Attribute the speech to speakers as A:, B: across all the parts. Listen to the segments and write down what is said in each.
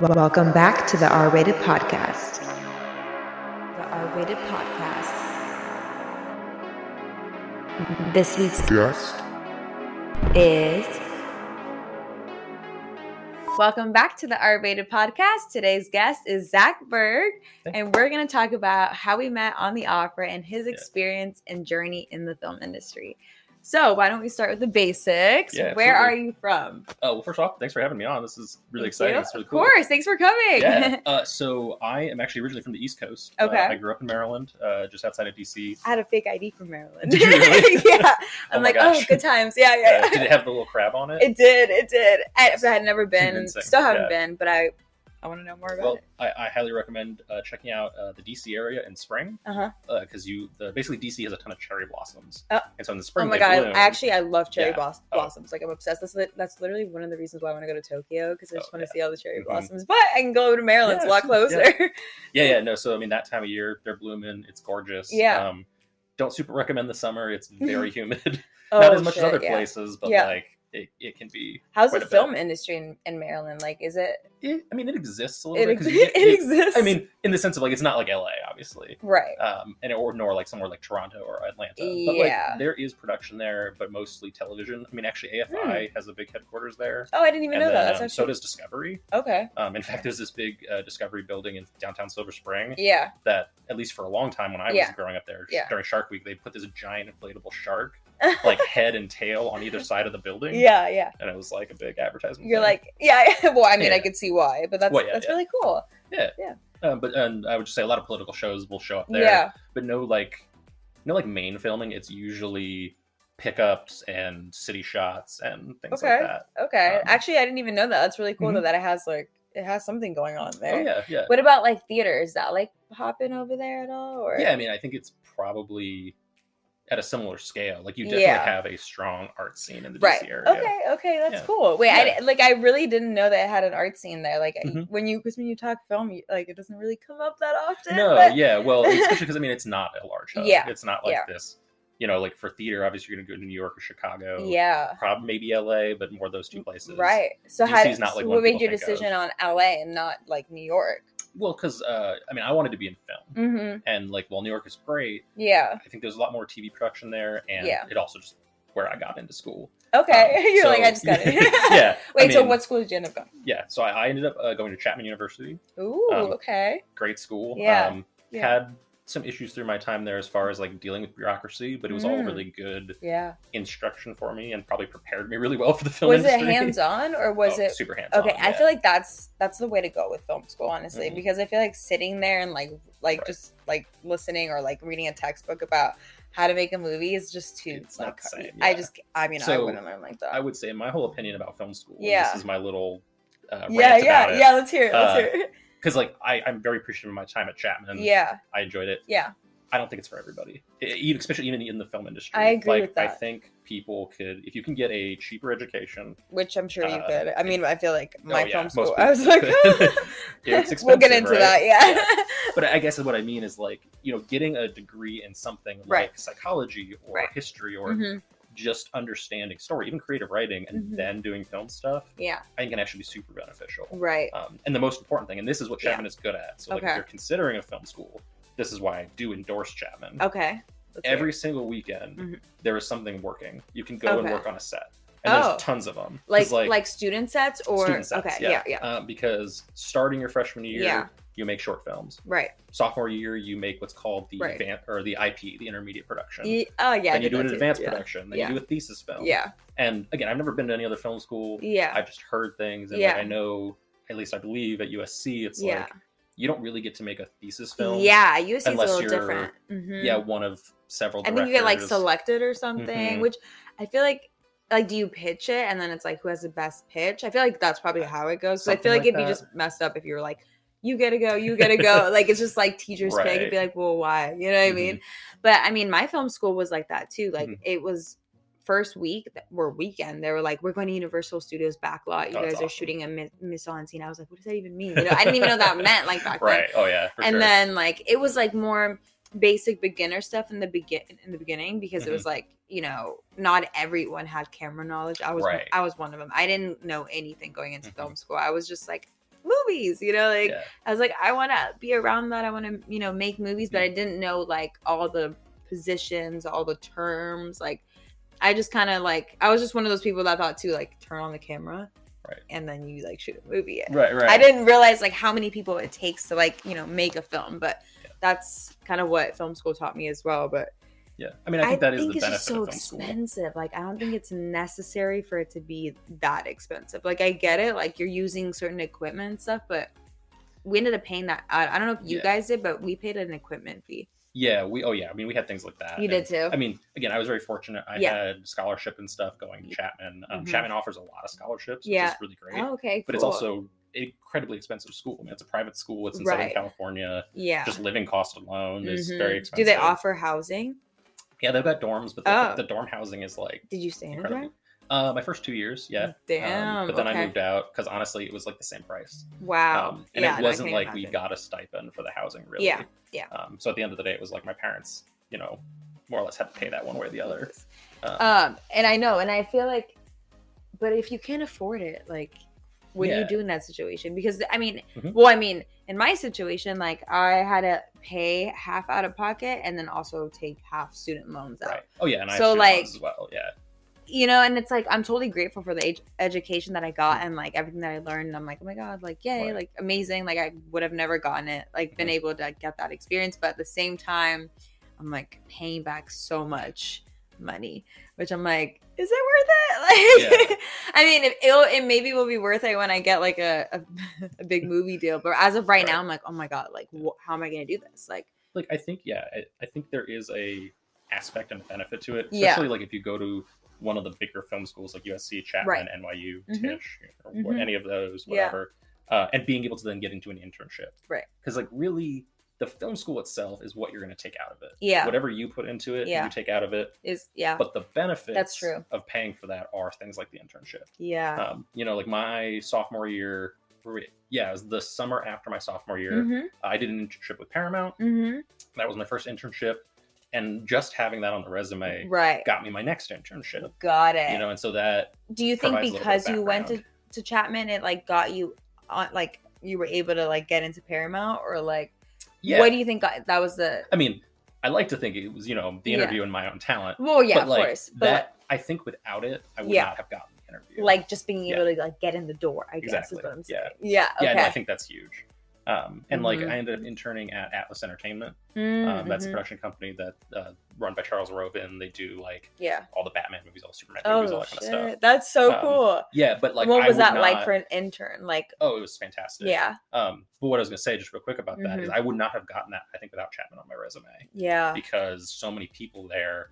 A: Welcome back to the R Rated Podcast. The R Rated Podcast. This week's
B: guest
A: is. Welcome back to the R Rated Podcast. Today's guest is Zach Berg,
C: Thank
A: and we're going to talk about how we met on the opera and his
C: Yeah.
A: experience and journey in the film industry. So, why don't we start with the basics?
C: Yeah,
A: Where are
C: absolutely.
A: you from?
C: Oh, well, first off, thanks for having me on. This is really
A: Thank
C: exciting.
A: you.
C: It's really
A: of
C: cool.
A: course. Thanks for coming.
C: Yeah. Uh, so I am actually originally from the East Coast. Uh,
A: Okay.
C: I grew up in Maryland, uh, just outside of DC.
A: I had a fake ID from Maryland.
C: Did you really?
A: yeah.
C: Oh
A: I'm
C: my
A: like, oh,
C: gosh.
A: good times. Yeah, yeah.
C: Uh, did it have the little crab on it?
A: It did. It did. I, but I had never been.
C: Convincing,
A: Still haven't
C: yeah.
A: been, but I I want to know more about
C: well,
A: it.
C: I, I highly recommend uh, checking out uh, the DC area in spring
A: Uh-huh.
C: because you the, basically DC has a ton of cherry blossoms,
A: Oh.
C: and so in the spring
A: Oh my
C: they
A: god!
C: bloom.
A: I actually I love cherry
C: Yeah.
A: blos-
C: Oh.
A: blossoms. Like I'm obsessed. That's li- that's literally one of the reasons why I want to go to Tokyo because I just
C: Oh,
A: want to see all the cherry
C: Mhm.
A: blossoms. But I can go over to Maryland. it's a
C: Yeah,
A: lot
C: absolutely.
A: closer.
C: yeah, yeah, no. So I mean, that time of year they're blooming. It's gorgeous.
A: Yeah.
C: Um, don't super recommend the summer. It's very humid.
A: oh,
C: Not as much
A: shit,
C: as other
A: yeah.
C: places, but
A: Yeah.
C: like it, it can be.
A: How's
C: quite
A: the
C: a bit.
A: film industry in, in Maryland? Like, is it?
C: It, I mean, it exists a little
A: It,
C: bit.
A: ex-
C: 'cause you get-
A: it
C: you-
A: exists.
C: I mean, in the sense of like it's not like LA, obviously,
A: right?
C: um, and or nor like somewhere like Toronto or Atlanta.
A: Yeah.
C: But like there is production there, but mostly television. I mean, actually, AFI has a big headquarters there,
A: Oh, I didn't even
C: and
A: Hmm. know
C: then,
A: that. That's
C: um, so
A: actually
C: does Discovery.
A: okay.
C: Um, in fact, there's this big uh, Discovery building in downtown Silver Spring
A: Yeah.
C: that, at least for a long time when I
A: Yeah.
C: was growing up there
A: Yeah.
C: during Shark Week, they put this giant inflatable shark, like head and tail, on either side of the building.
A: Yeah. Yeah.
C: and it was like a big advertisement.
A: You're
C: thing.
A: like, yeah. Well, I mean, I
C: Yeah.
A: could see why, but that's
C: Well, yeah,
A: that's
C: yeah.
A: really cool.
C: Uh, but and I would just say a lot of political shows will show up there.
A: Yeah,
C: but no like no like main filming it's usually pickups and city shots and things
A: Okay.
C: like that
A: okay.
C: Um,
A: Actually, I didn't even know that. That's really cool
C: Mhm.
A: though, that it has like it has something going on there.
C: oh yeah yeah
A: What about like theater? Is that like hopping over there at all? Or
C: yeah i mean i think it's probably at a similar scale like you definitely
A: Yeah.
C: have a strong art scene in the
A: right.
C: dc area
A: Okay, okay, that's
C: Yeah.
A: cool. Wait, I
C: Yeah.
A: di- like I really didn't know that it had an art scene there. Like I-
C: Mhm.
A: when you because when you talk film, you, like it doesn't really come up that often.
C: no
A: but-
C: yeah well especially because i mean it's not a large hub
A: Yeah,
C: it's not like
A: yeah.
C: this you know like for theater obviously you're gonna go to new york or chicago
A: yeah. Mm,
C: probably maybe la but more those two places
A: Right. So
C: DC
A: how
C: is not, like,
A: so
C: one
A: what made
C: people
A: your
C: think of.
A: decision on LA and not like New York?
C: well because uh i mean i wanted to be in film
A: hmm
C: and like while new york is great
A: Yeah.
C: I think there's a lot more TV production there, and
A: Yeah.
C: it also just where I got into school.
A: Okay.
C: Um,
A: You're like,
C: so-
A: I just got it.
C: yeah.
A: Wait,
C: I
A: so
C: mean,
A: what school did you end up going?
C: Yeah. So I, I ended up uh, going to Chapman University,
A: Ooh,
C: um,
A: okay.
C: great school.
A: Yeah,
C: Um,
A: yeah.
C: Had some issues through my time there as far as like dealing with bureaucracy, but it was all
A: Mm.
C: really good
A: Yeah.
C: instruction for me and probably prepared me really well for the film
A: Was it
C: industry.
A: hands on or was
C: Oh,
A: it
C: super hands
A: Okay, I feel like that's that's the way to go with film school, honestly,
C: Mhm.
A: because I feel like sitting there and like like
C: Right.
A: just like listening or like reading a textbook about how to make a movie is just too
C: It's
A: like
C: not the same,
A: I
C: yeah.
A: just I mean I
C: So,
A: wouldn't learn like that.
C: I would say my whole opinion about film school. and
A: Yeah.
C: This is my little. Uh,
A: yeah, yeah, yeah. Let's hear it. Let's
C: Uh,
A: hear it.
C: Because like I, I'm very appreciative of my time at Chapman.
A: Yeah,
C: I enjoyed it.
A: yeah,
C: I don't think it's for everybody, E- even especially even in the film industry.
A: I agree
C: like,
A: with
C: I
A: that.
C: think people could, if you can get a cheaper education,
A: which I'm sure you
C: uh, oh,
A: could. I mean, I feel like my
C: yeah,
A: film
C: most
A: school.
C: people
A: I was like,
C: could. It's
A: we'll get
C: expensive,
A: into that.
C: right?
A: Yeah,
C: but I guess what I mean is like, you know, getting a degree in something
A: Right.
C: like psychology or
A: Right.
C: history or
A: Mhm,
C: just understanding story, even creative writing, and
A: Mhm.
C: then doing film stuff,
A: yeah,
C: I think can actually be super beneficial.
A: right.
C: Um, and the most important thing, and this is what
A: Yeah.
C: Chapman is good at. So, like,
A: Okay.
C: if you're considering a film school, this is why I do endorse Chapman.
A: Okay. Let's hear it.
C: every single weekend
A: Mhm.
C: there is something working you can go
A: Okay.
C: and work on a set and
A: Oh.
C: there's tons of them
A: like like, student sets or
C: student sets,
A: okay yeah yeah,
C: Uh, because starting your freshman year
A: Yeah.
C: you make short films
A: right
C: sophomore year you make what's called the
A: Right.
C: advan or the ip the intermediate production
A: Ye- oh yeah I
C: then you
A: did
C: do
A: that
C: an
A: too,
C: advanced
A: yeah.
C: production then
A: Yeah.
C: you do a thesis film
A: yeah
C: and again i've never been to any other film school
A: yeah
C: i've just heard things and
A: Yeah.
C: like, i know at least i believe at usc it's
A: Yeah.
C: like you don't really get to make a thesis film
A: yeah USC is a
C: unless
A: little
C: you're-
A: different Mhm.
C: yeah one of several
A: I
C: directors.
A: think you get like selected or something
C: Mhm.
A: which I feel like like do you pitch it and then it's like who has the best pitch I feel like that's probably how it goes so I feel
C: Something
A: like,
C: like
A: it'd be
C: that.
A: just messed up if you were like you gotta go you gotta go like it's just like teachers pick it'd
C: Right. Mm-hmm.
A: be like well why you know what I mean But I mean, my film school was like that too. Like
C: Mhm.
A: it was first week th- or weekend. They were like, "We're going to Universal Studios backlot. You
C: Oh,
A: guys
C: that's
A: are
C: awesome.
A: shooting a mi- miss on scene." I was like, "What does that even mean?" You know, I didn't even know that meant like back then.
C: right oh yeah for
A: and
C: sure.
A: then like it was like more basic beginner stuff in the begin in the beginning because
C: Mm-hmm.
A: it was like you know not everyone had camera knowledge. I was one-
C: Right.
A: I was one of them. I didn't know anything going into
C: Mhm.
A: film school. I was just like. Movie movies, you know, like
C: Yeah.
A: I was like, I want to be around that. I want to, you know, make movies,
C: Mm-hmm.
A: but I didn't know like all the positions, all the terms. Like, I just kind of like, I was just one of those people that thought to like turn on the camera,
C: Right.
A: and then you like shoot a movie.
C: Right, right.
A: I didn't realize like how many people it takes to like you know make a film, but that's kind of what film school taught me as well. But
C: Yeah. I mean, I think that is the
A: it's
C: benefit
A: just so
C: of film school.
A: expensive. Like, I don't think it's necessary for it to be that expensive. Like, I get it. Like, you're using certain equipment and stuff, but we ended up paying that. I, I don't know if you
C: Yeah.
A: guys did, but we paid an equipment fee.
C: Yeah, we oh yeah, I mean we had things like that.
A: You did
C: and-
A: too?
C: I mean, again, I was very fortunate. I
A: Yeah.
C: had scholarship and stuff going to Chapman. Um,
A: Mhm.
C: Chapman offers a lot of scholarships, which
A: Yeah.
C: is really great.
A: Oh, okay,
C: But it's
A: cool.
C: also incredibly expensive school. I mean, it's a private school. It's in Southern
A: Right.
C: California.
A: yeah.
C: Just living cost alone is
A: Mhm.
C: very expensive.
A: Do they offer housing?
C: Yeah, they've got dorms, but the,
A: Oh.
C: the dorm housing is like
A: Did you stay in a
C: incredible.
A: dorm?
C: Uh, my first two years, yeah. Um,
A: Damn.
C: but then
A: okay.
C: I moved out because honestly, it was like the same price.
A: Wow.
C: Um, and
A: yeah,
C: it
A: no, I
C: wasn't
A: can't
C: like we
A: imagine.
C: got a stipend for the housing, really.
A: Yeah, yeah.
C: Um, so at the end of the day, it was like my parents, you know, more or less had to pay that one way or the other. Um,
A: Um, and I know, and I feel like, but if you can't afford it, like, what do
C: Yeah.
A: you do in that situation? Because I mean,
C: Mhm.
A: well, I mean, in my situation, like, I had to pay half out of pocket and then also take half student loans out.
C: right. Oh yeah, and I
A: So, like-
C: so like as well. Yeah,
A: You know, and it's like I'm totally grateful for the ed- education that I got and like everything that I learned. And I'm like, oh my god, like, yay,
C: Right.
A: like amazing. Like I would have never gotten it, like been
C: Mhm.
A: able to like, get that experience. But at the same time, I'm like paying back so much money, which I'm like, is it worth it? Like, I mean, it, it'll, it maybe will be worth it when I get like a, a, a big movie deal. But as of right,
C: Right.
A: now, I'm like, oh my god, like, wh- how am I gonna do this? Like,
C: like I think yeah, I, I think there is a aspect and a benefit to it,
A: Yeah.
C: especially like if you go to one of the bigger film schools like USC, Chapman, NYU,
A: Mhm.
C: Tisch, or wh-
A: Mhm.
C: any of those,
A: Yeah.
C: whatever, uh, and being able to then get into an internship,
A: Right.
C: Because like really, the film school itself is what you're going to take out of it.
A: yeah,
C: Whatever you put into it,
A: Yeah.
C: you take out of it.
A: is yeah,
C: But the benefits
A: Uh, true. Uh,
C: of paying for that are things like the internship.
A: yeah,
C: Um, you know, like my sophomore year, yeah, it was the summer after my sophomore year.
A: mm-hmm,
C: I did an internship with Paramount.
A: mm-hmm,
C: That was my first internship, and just having that on the resume
A: right,
C: got me my next internship.
A: got it.
C: You know, and so that
A: do you think
C: provides a little bit of
A: because you went to,
C: background.
A: to Chapman, it like got you on like you were able to like get into Paramount or like
C: yeah,
A: what do you think got, that was the
C: I mean, I like to think it was you know the
A: Yeah.
C: interview and my own talent,
A: well yeah
C: but
A: of
C: like
A: course but
C: that I think without it I would
A: Yeah.
C: not have gotten the interview.
A: like just being
C: Yeah.
A: able to like get in the door I guess is
C: Exactly,
A: what I'm
C: yeah.
A: saying yeah
C: yeah,
A: okay
C: no, I think that's huge. Um, and like
A: Mhm.
C: I ended up interning at Atlas Entertainment.
A: Mm,
C: Um, that's a
A: mhm.
C: production company that uh, run by Charles Robin. They do like
A: yeah
C: all the Batman movies, all the Superman movies, all
A: oh
C: that kind
A: shit.
C: of stuff.
A: that's so
C: Um,
A: cool
C: Yeah, but like
A: what
C: I
A: was
C: would
A: that like
C: not-
A: for an intern like
C: Oh, it was fantastic.
A: yeah
C: Um, but what I was gonna say just real quick about that is
A: Mhm.
C: I would not have gotten that I think without Chapman on my resume
A: yeah
C: because so many people there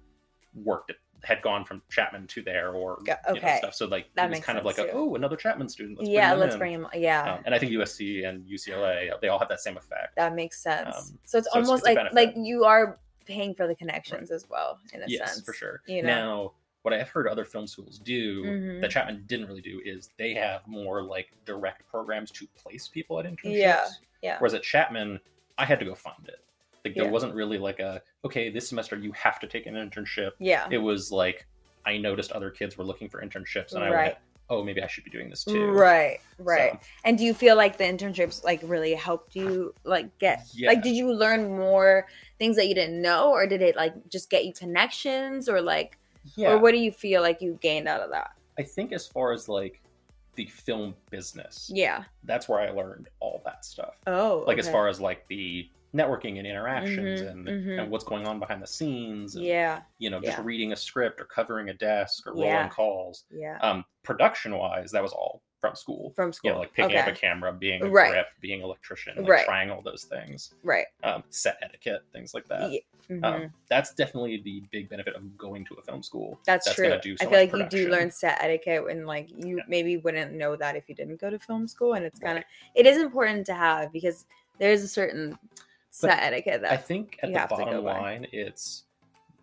C: worked at, had gone from Chapman to there or
A: Go-
C: you know,
A: okay.
C: stuff. So like
A: That
C: it was
A: makes
C: kind of like
A: sense,
C: a,
A: too.
C: oh another Chapman student. Let's
A: yeah
C: bring them
A: let's
C: in.
A: bring him yeah
C: Um, and I think USC and UCLA they all have that same effect.
A: that makes sense
C: um,
A: so it's
C: so it's-
A: almost
C: it's a
A: like
C: benefit.
A: like you are paying for the connections as well in a
C: yes,
A: sense
C: for sure.
A: you know.
C: Now, what I have heard other film schools do
A: Mhm.
C: that Chapman didn't really do is they have more like direct programs to place people at internships.
A: Yeah, yeah.
C: Whereas at Chapman, I had to go find it. Like there
A: Yeah.
C: wasn't really like a okay, this semester you have to take an internship.
A: yeah
C: It was like I noticed other kids were looking for internships, and I
A: Right.
C: went, oh, maybe I should be doing this too.
A: Right,
C: So,
A: right. And do you feel like the internships like really helped you like get
C: yeah.
A: like did you learn more things that you didn't know or did it like just get you connections or like
C: yeah.
A: or what do you feel like you gained out of that?
C: I think as far as like the film business,
A: Yeah.
C: that's where I learned all that stuff.
A: Oh.
C: like as far as like the networking and interactions
A: Mhm,
C: and
A: mhm.
C: and what's going on behind the scenes and
A: Yeah.
C: you know just
A: yeah.
C: reading a script or covering a desk or rolling
A: Yeah.
C: calls
A: Yeah.
C: um production wise that was all from school
A: From school.
C: you know like picking up
A: Okay,
C: a camera being a
A: Right.
C: grip being an electrician like,
A: Right.
C: trying all those things
A: Right.
C: um set etiquette things like that
A: Yeah, mhm.
C: um, that's definitely the big benefit of going to a film school
A: that's,
C: that's
A: true.
C: gonna do so
A: I feel like
C: much
A: you do
C: production.
A: learn set etiquette and like you
C: Yeah.
A: maybe wouldn't know that if you didn't go to film school and it's kind of
C: Right.
A: it is important to have because there is a certain set etiquette that
C: i think at
A: you
C: the
A: have to go
C: bottom
A: by.
C: line it's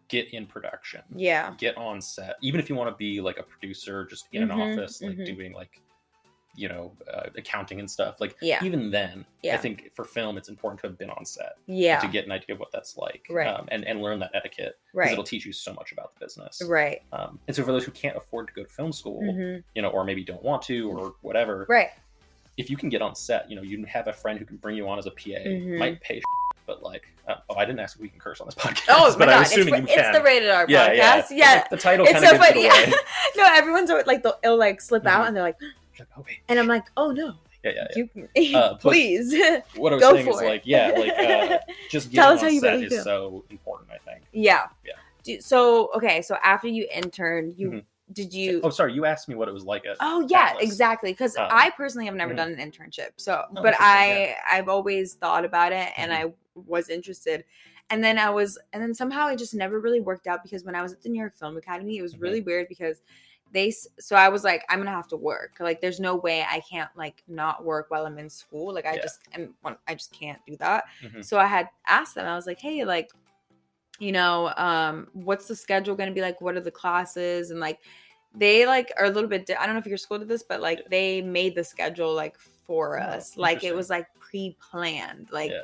C: get in production
A: yeah.
C: get on set even if you want to be like a producer just in an
A: Mhm,
C: office like
A: mhm.
C: doing like you know uh, accounting and stuff like
A: Yeah.
C: even then i
A: Yeah.
C: think for film it's important to have been on set
A: Yeah.
C: to get an idea of what that's like
A: Right.
C: um, and, and learn that etiquette because
A: right.
C: it'll teach you so much about the business
A: Right.
C: um, and so for those who can't afford to go to film school
A: Mhm.
C: you know or maybe don't want to or whatever
A: Right.
C: if you can get on set, you know, you have a friend who can bring you on as a PA,
A: Mhm.
C: might pay, but like, uh, oh, I didn't ask if we can curse on this podcast,
A: Oh, my
C: but
A: God.
C: I'm
A: It's,
C: assuming
A: ra-
C: you
A: it's
C: can.
A: the rated R
C: yeah, yeah,
A: podcast. Yeah.
C: Like, the title
A: It's
C: kind of
A: so
C: gives
A: funny.
C: it away.
A: no, everyone's always, like, they'll, it'll like slip out
C: Mhm.
A: and they're like,
C: Like, oh wait,
A: and I'm like, oh no,
C: yeah, yeah, yeah.
A: you can,
C: Uh, but-
A: please.
C: What I was
A: Go
C: saying is
A: for it.
C: like, yeah, like uh, just getting
A: Tell us
C: on
A: how you
C: set
A: really
C: is
A: feel.
C: so important. I think.
A: yeah.
C: Yeah.
A: Do, so, okay. So after you interned, you,
C: Mhm.
A: did you,
C: Oh, sorry, you asked me what it was like at
A: Oh yeah,
C: Atlas.
A: exactly. Because
C: Um,
A: I personally have never
C: mhm.
A: done an internship, so
C: Oh,
A: but
C: interesting,
A: I I've always thought about it and
C: Mhm.
A: I was interested, and then I was and then somehow it just never really worked out because when I was at the New York Film Academy, it was
C: Mhm.
A: really weird because they s- so I was like I'm gonna have to work. Like there's no way I can't like not work while I'm in school. Like I
C: Yeah.
A: just am one- I just can't do that.
C: Mhm.
A: So I had asked them. I was like, hey, like you know um what's the schedule going to be like what are the classes and like they like are a little bit di- i don't know if your school did this but like they made the schedule like for
C: Oh,
A: us like it
C: interesting.
A: was like pre-planned like
C: Yeah.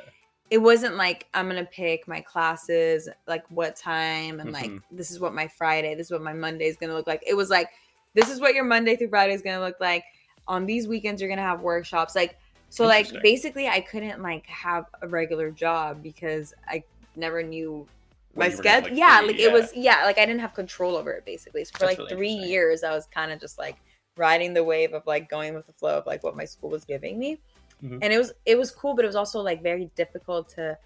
A: it wasn't like i'm gonna pick my classes like what time and like
C: Mhm.
A: this is what my friday this is what my monday is gonna look like it was like this is what your monday through friday is gonna look like on these weekends you're gonna have workshops like so like
C: Interesting.
A: basically i couldn't like have a regular job because i never knew my
C: When you were gonna,
A: schedule yeah
C: free,
A: like it was yeah like i didn't have control over it basically so for like
C: That's really
A: three
C: interesting.
A: years i was kind of just like riding the wave of like going with the flow of like what my school was giving me
C: Mhm.
A: and it was it was cool but it was also like very difficult to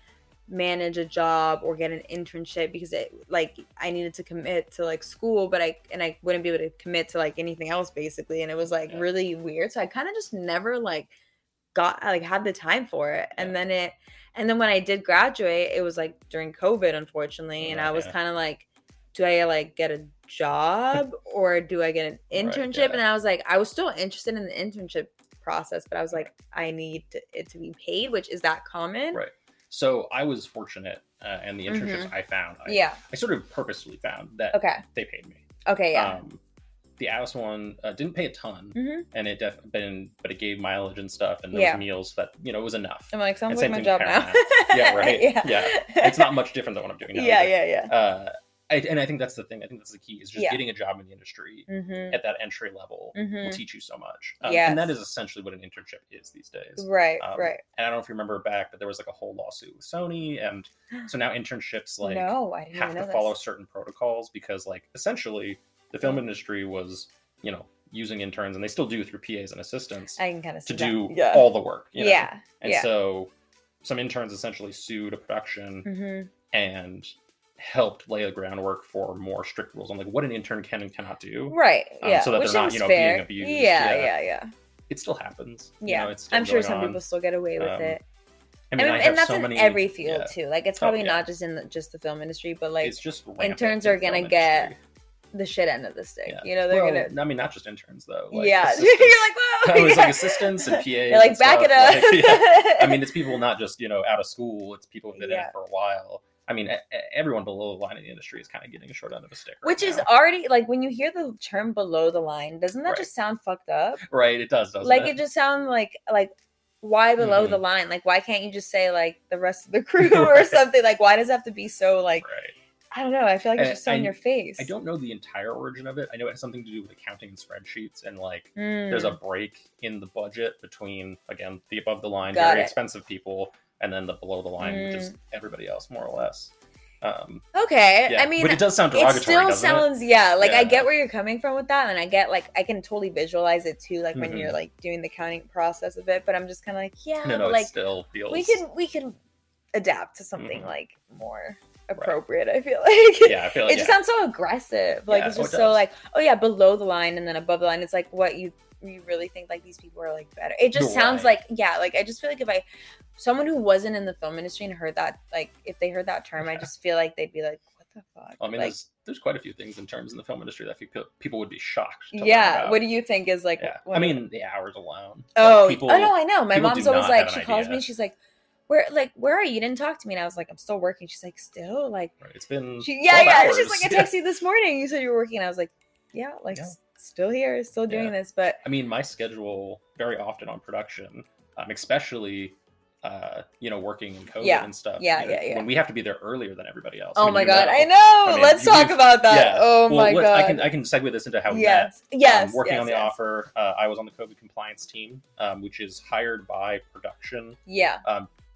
A: manage a job or get an internship because it like i needed to commit to like school but i and i wouldn't be able to commit to like anything else basically and it was like
C: Yeah.
A: really weird so i kind of just never like got like had the time for it and
C: Yeah.
A: then it and then when I did graduate, it was like during COVID, unfortunately, and I was
C: Right,
A: kind of like, do I like get a job or do I get an
C: Right,
A: internship?
C: yeah.
A: And I was like, I was still interested in the internship process, but I was like, I need to, it to be paid, which is that common?
C: Right. So I was fortunate, uh, and the internships I found, I,
A: Mm-hmm. Yeah.
C: I sort of purposefully found that
A: Okay.
C: they paid me.
A: Okay. Yeah.
C: Um, the Alice one uh, didn't pay a ton,
A: hmm
C: and it def- been, but it gave mileage and stuff, and those
A: Yeah.
C: meals that you know it was enough.
A: I'm like, sounds
C: and
A: like
C: same
A: my
C: thing
A: job
C: with
A: now.
C: Paramount. Yeah, right. Yeah. It's not much different than what I'm doing now.
A: yeah.
C: either.
A: Yeah. Yeah.
C: Uh, I, and I think that's the thing. I think that's the key is just
A: Yeah.
C: getting a job in the industry
A: hmm
C: at that entry level will
A: Mhm.
C: teach you so much. Um,
A: Yes.
C: And that is essentially what an internship is these days.
A: Right.
C: Um,
A: right.
C: And I don't know if you remember back, but there was like a whole lawsuit with Sony, and so now internships like
A: no, I didn't
C: have
A: even know
C: to
A: this.
C: follow certain protocols because like essentially the film industry was you know using interns and they still do through PAs and assistants
A: I can kind of
C: to do
A: Yeah.
C: all the work. you know?
A: yeah.
C: And
A: yeah.
C: so some interns essentially sued a production
A: hmm
C: and helped lay the groundwork for more strict rules on like what an intern can and cannot do.
A: Right.
C: Um,
A: Yeah.
C: so that
A: Which
C: they're not,
A: seems
C: you know, being
A: fair.
C: abused,
A: Yeah,
C: yeah.
A: yeah, yeah.
C: It still happens. you
A: Yeah,
C: know, it's still
A: I'm sure
C: going
A: some
C: on.
A: people still get away with
C: Um,
A: it.
C: I
A: I
C: mean,
A: mean,
C: I have
A: and that's
C: so
A: in
C: many,
A: every field
C: yeah.
A: too. Like it's
C: Oh,
A: probably
C: yeah.
A: not just in the, just the film industry, but like
C: it's just rampant
A: interns
C: in
A: are
C: the film
A: gonna get
C: industry.
A: the shit end of the stick.
C: Yeah.
A: You know, they're
C: Well,
A: gonna
C: I mean, not just interns though. Like,
A: yeah.
C: assistants.
A: You're like whoa.
C: I was
A: yeah.
C: like assistants and PAs.
A: You're like
C: and
A: back
C: stuff,
A: it up.
C: like, yeah. I mean, it's people not just you know out of school. It's people who've been in
A: Yeah.
C: it for a while. I mean, e- e- everyone below the line in the industry is kind of getting a short end of a stick. right
A: which is
C: now.
A: already like when you hear the term below the line, doesn't that
C: Right.
A: just sound fucked up?
C: right. It does, doesn't
A: like
C: it?
A: it just sounds like like why below the line? Like why can't you just say like the rest of the crew or
C: Mm-hmm. Right.
A: something? Like why does it have to be so like
C: right.
A: I don't know. I feel like it's
C: I-
A: just so in
C: I-
A: your face.
C: I don't know the entire origin of it. I know it has something to do with accounting and spreadsheets, and like
A: Mm.
C: there's a break in the budget between again the above the line,
A: Got
C: very
A: it.
C: expensive people, and then the below the line, which is everybody else more or less. Um,
A: okay.
C: yeah.
A: I mean,
C: but it does sound
A: it
C: derogatory.
A: still
C: doesn't it?
A: sounds yeah. Like I
C: Yeah.
A: get where you're coming from with that, and I get like I can totally visualize it too. Like when
C: Mhm.
A: you're like doing the counting process of it, but I'm just kind of like yeah,
C: No, no,
A: but,
C: it
A: like
C: still feels.
A: we can we can adapt to something
C: Mhm.
A: like more appropriate. I feel like
C: yeah, I feel
A: It
C: like
A: just
C: yeah.
A: sounds so aggressive. Like
C: Yeah,
A: it's
C: oh, it
A: just so
C: does.
A: like, oh yeah, below the line and then above the line. It's like what you you really think like these people are like better. It just
C: Right.
A: sounds like yeah, like I just feel like if I someone who wasn't in the film industry and heard that like if they heard that term, I
C: Yeah.
A: just feel like they'd be like, what the fuck?
C: I mean,
A: like
C: there's there's quite a few things in terms in the film industry that people people would be shocked. To learn
A: yeah,
C: about.
A: what do you think is like?
C: yeah.
A: one
C: I
A: of-
C: mean, the hours alone.
A: oh,
C: like, people,
A: oh no, I know. My
C: people
A: mom's
C: do
A: always
C: not
A: like,
C: have
A: she
C: an
A: calls
C: idea.
A: me, she's like, where like where are you? You didn't talk to me, and I was like, I'm still working. She's like, still like.
C: right, it's been
A: She, yeah,
C: 12
A: yeah.
C: Hours.
A: She's like, I
C: Yeah.
A: texted you this morning. You said you were working. I was like, yeah, like
C: Yeah.
A: s- still here, still doing
C: Yeah.
A: this. But
C: I mean, my schedule very often on production, um, especially uh, you know, working in COVID
A: Yeah.
C: and stuff.
A: Yeah,
C: you know,
A: yeah, yeah.
C: When we have to be there earlier than everybody else.
A: Oh
C: mean,
A: my
C: you
A: god, I know.
C: I mean,
A: Let's
C: you-
A: talk about that.
C: yeah.
A: Oh
C: Well,
A: my
C: let-
A: god.
C: I can I can segue this into how we met.
A: yes. Yes.
C: um, working
A: yes,
C: on the
A: yes.
C: offer. Uh, I was on the COVID compliance team, um, which is hired by production.
A: Yeah.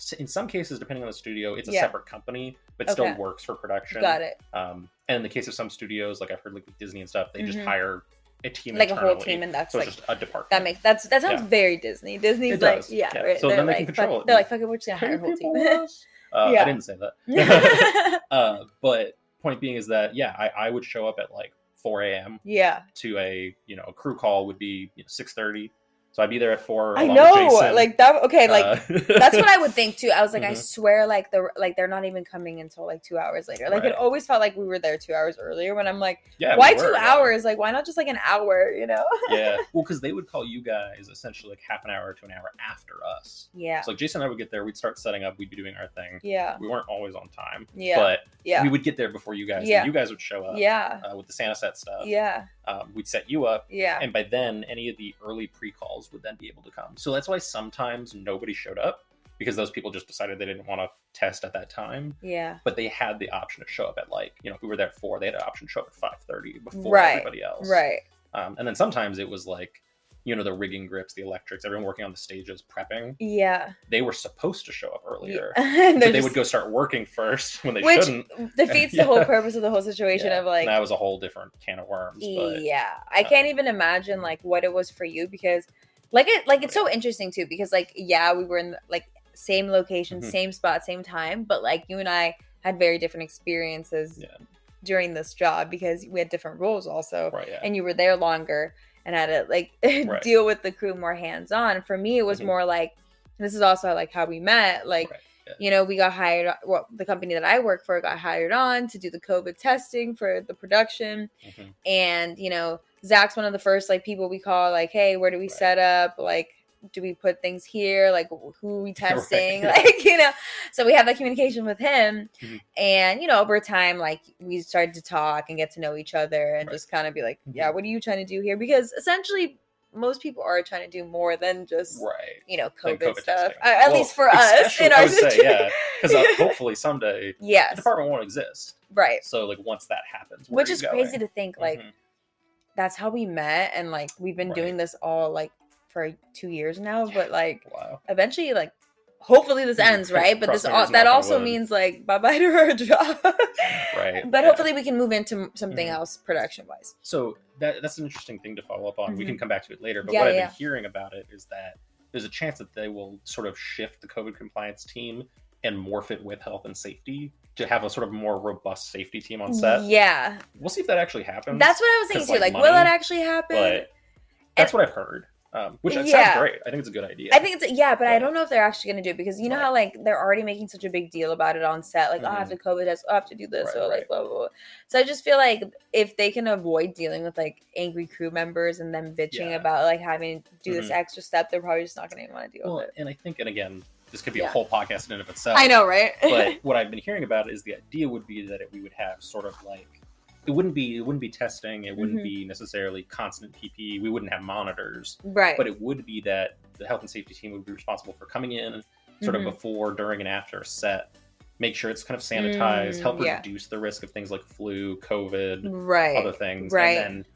C: S- In some cases, depending on the studio, it's a
A: Yeah.
C: separate company, but still
A: Okay.
C: works for production.
A: Got it.
C: Um, and in the case of some studios, like I've heard, like with Disney and stuff, they just
A: Mhm.
C: hire a team,
A: Like a whole
C: internally.
A: team and that's
C: So
A: like
C: it's just a department.
A: that makes that's that sounds
C: Yeah.
A: very Disney. Disney's
C: It
A: like
C: does,
A: yeah,
C: yeah.
A: right.
C: So
A: they're
C: then they
A: like,
C: can control
A: fuck-
C: it.
A: They're like fucking we're just gonna
C: Can
A: hire a whole
C: people
A: team.
C: with us? Uh,
A: Yeah.
C: I didn't say that.
A: yeah.
C: uh, but point being is that yeah, I, I would show up at like 4 a.m.
A: Yeah.
C: to a you know a crew call would be you know, 6:30, so I'd be there at four.
A: I
C: along
A: know.
C: with Jason. Uh,
A: Like that okay, like that's what I would think too. I was like, I
C: Mhm.
A: swear, like the like they're not even coming until like two hours later. Like
C: Right.
A: it always felt like we were there two hours earlier. When I'm like,
C: yeah, we
A: why
C: were,
A: two
C: yeah.
A: hours? Like why not just like an hour? You know?
C: yeah. Well, because they would call you guys essentially like half an hour to an hour after us.
A: Yeah,
C: So like Jason and I would get there, we'd start setting up, we'd be doing our thing.
A: yeah,
C: We weren't always on time,
A: yeah,
C: but
A: yeah,
C: we would get there before you guys.
A: Yeah.
C: Yeah. You guys would show up
A: yeah,
C: uh, with the Santa set stuff.
A: yeah,
C: Um, we'd set you up.
A: yeah.
C: And by then, any of the early pre calls would then be able to come. So that's why sometimes nobody showed up because those people just decided they didn't want to test at that time.
A: Yeah,
C: But they had the option to show up at like, you know, if we were there at four, they had an option to show up at five thirty before
A: Right,
C: everybody else.
A: right.
C: Um, and then sometimes it was like, you know, the rigging grips, the electrics, everyone working on the stages prepping.
A: Yeah.
C: They were supposed to show up earlier,
A: yeah.
C: but they would go start working first when they
A: Which-
C: shouldn't.
A: defeats the whole
C: Yeah.
A: purpose of the whole situation
C: Yeah.
A: of like,
C: And that was a whole different can of worms. But
A: yeah i
C: uh,
A: can't even imagine like what it was for you because like it like it's so interesting too because like yeah we were in like same location
C: Mhm.
A: same spot same time but like you and i had very different experiences
C: Yeah.
A: during this job because we had different roles also
C: right, yeah.
A: and you were there longer and had to like deal with the crew more hands on. For me, it was
C: Mhm.
A: more like and this is also like how we met. Like,
C: Right, yeah.
A: you know, we got hired. Well, the company that I work for got hired on to do the COVID testing for the production,
C: Mhm.
A: and you know, Zach's one of the first like people we call. Like, hey, where do we
C: Right.
A: set up? Like. Do we put things here? Like who are we testing?
C: yeah.
A: Like you know, so we had that communication with him,
C: Mhm.
A: and you know, over time, like we started to talk and get to know each other, and
C: Right.
A: just kind of be like,
C: Mhm.
A: yeah, what are you trying to do here? Because essentially, most people are trying to do more than just
C: Right.
A: you know
C: Than
A: COVID,
C: COVID
A: stuff.
C: testing.
A: Uh, at
C: Well,
A: least for us
C: especially-
A: in
C: I
A: our
C: would say,
A: situation.
C: yeah, because uh, hopefully someday the
A: Yes,
C: department won't exist.
A: right.
C: So like once that happens, where
A: Which
C: are you
A: is crazy
C: going?
A: to think like
C: Mhm.
A: that's how we met, and like we've been
C: Right.
A: doing this all like for two years now. But like
C: wow.
A: eventually, like hopefully this
C: Mhm.
A: ends right. But
C: Cross
A: this all,
C: fingers,
A: that
C: knock on
A: also
C: wood.
A: means like bye bye to our job.
C: Right.
A: but
C: yeah.
A: hopefully we can move into something
C: Mhm.
A: else production wise.
C: So that that's an interesting thing to follow up on. We
A: Mhm.
C: can come back to it later. But
A: Yeah,
C: what I've
A: yeah.
C: been hearing about it is that there's a chance that they will sort of shift the COVID compliance team and morph it with health and safety to have a sort of more robust safety team on set.
A: Yeah,
C: We'll see if that actually happens.
A: that's what I was thinking
C: 'cause,
A: too. Like,
C: like,
A: will
C: money,
A: that actually happen?
C: but that's what I've heard. Um, which it
A: Yeah.
C: sounds great. I think it's a good idea.
A: I think it's yeah, but I
C: But-
A: don't know if they're actually gonna do it because you know
C: Right. Mm-hmm.
A: how like they're already making such a big deal about it on set, like oh, I have to COVID test, oh, I have to do this,
C: Right,
A: so like
C: right.
A: blah, blah blah. So I just feel like if they can avoid dealing with like angry crew members and them bitching
C: Yeah.
A: about like having to do this
C: Mhm.
A: extra step, they're probably just not gonna want to deal
C: Well,
A: with it.
C: and I think, and again, this could be
A: Yeah.
C: a whole podcast in and of itself.
A: I know, right?
C: but what I've been hearing about is the idea would be that it, we would have sort of like it wouldn't be it wouldn't be testing, it wouldn't
A: Mhm.
C: be necessarily constant PPE, we wouldn't have monitors,
A: right.
C: but it would be that the health and safety team would be responsible for coming in sort
A: Mhm.
C: of before, during, and after a set, make sure it's kind of sanitized,
A: Mm,
C: help
A: yeah.
C: reduce the risk of things like flu, COVID, other
A: Mm-hmm. right.
C: things,
A: right.
C: and then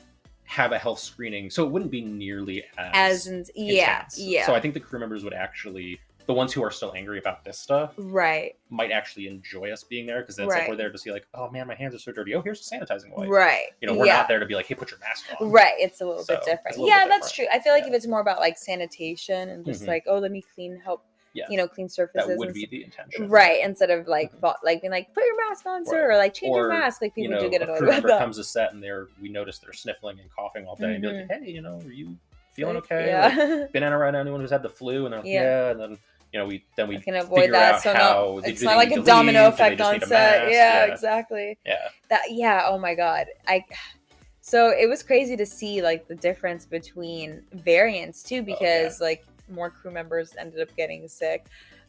C: have a health screening. So it wouldn't be nearly
A: As in, yeah,
C: intense.
A: yeah.
C: So I think the crew members would actually, the ones who are still angry about this stuff,
A: right.
C: might actually enjoy us being there because it's
A: Right.
C: like we're there to see like, oh man, my hands are so dirty. Oh, here's a sanitizing wipe.
A: Right.
C: You know, we're
A: yeah.
C: not there to be like, hey, put your mask on.
A: Right, it's a little
C: So,
A: bit
C: it's a
A: different.
C: little
A: yeah,
C: bit
A: that's true.
C: different.
A: I feel like
C: Yeah.
A: if it's more about like sanitation and just
C: Mhm.
A: like, oh, let me clean, help,
C: Yeah.
A: you know, clean surfaces,
C: That
A: and
C: would be the intention,
A: right instead of like
C: Mhm.
A: fo- like being like put your mask on sir
C: Right.
A: or like change your
C: Or,
A: mask like
C: You
A: people
C: know,
A: do get
C: a
A: annoyed
C: crew
A: about
C: member
A: that
C: comes to set and they're we notice they're sniffling and coughing all day and be like,
A: Mm-hmm.
C: hey, you know, are you feeling
A: Like,
C: okay? Like,
A: yeah
C: been around anyone who's had the flu and they're like,
A: Yeah.
C: yeah. and then you know we then
A: we
C: we
A: can avoid
C: figure
A: that
C: out
A: so
C: how
A: no
C: they-
A: it's
C: do
A: not
C: they
A: like
C: need
A: a
C: to leave?
A: domino
C: Do they
A: effect
C: just
A: on
C: need a
A: set
C: mask?
A: yeah,
C: Yeah.
A: exactly
C: yeah
A: that yeah oh my god i so it was crazy to see like the difference between variants too
C: Oh, yeah.
A: because like more crew members ended up getting sick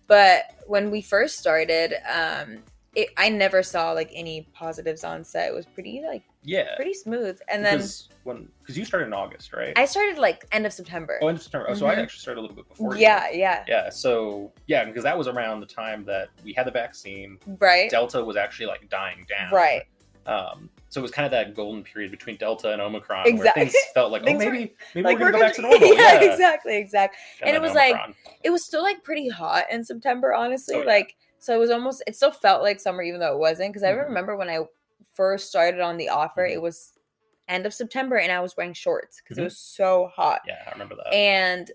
A: but when we first started um it, I never saw like any positives on set. It was pretty like
C: Yeah.
A: pretty smooth. And then
C: because when because you started in August, right?
A: I started like end of September.
C: oh, in September. Oh, so I
A: Mhm.
C: actually started a little bit before. you.
A: yeah, yeah,
C: Yeah. So yeah, because that was around the time that we had the vaccine.
A: right,
C: Delta was actually like dying down.
A: right.
C: Um, so it was kind of that golden period between Delta and Omicron
A: Exactly.
C: where things felt like,
A: Things
C: oh,
A: were-
C: maybe, maybe we're going to go
A: good-
C: back to normal.
A: yeah, exactly, exactly.
C: And,
A: And it
C: then
A: was like-
C: Omicron.
A: It was still like pretty hot in September, honestly.
C: Oh, yeah.
A: Like, so it was almost. It still felt like summer, even though it wasn't. Because I
C: Mhm.
A: remember when I first started on the offer,
C: Mhm.
A: it was end of September, and I was wearing shorts because
C: Mhm.
A: it was so hot.
C: yeah, I remember that.
A: and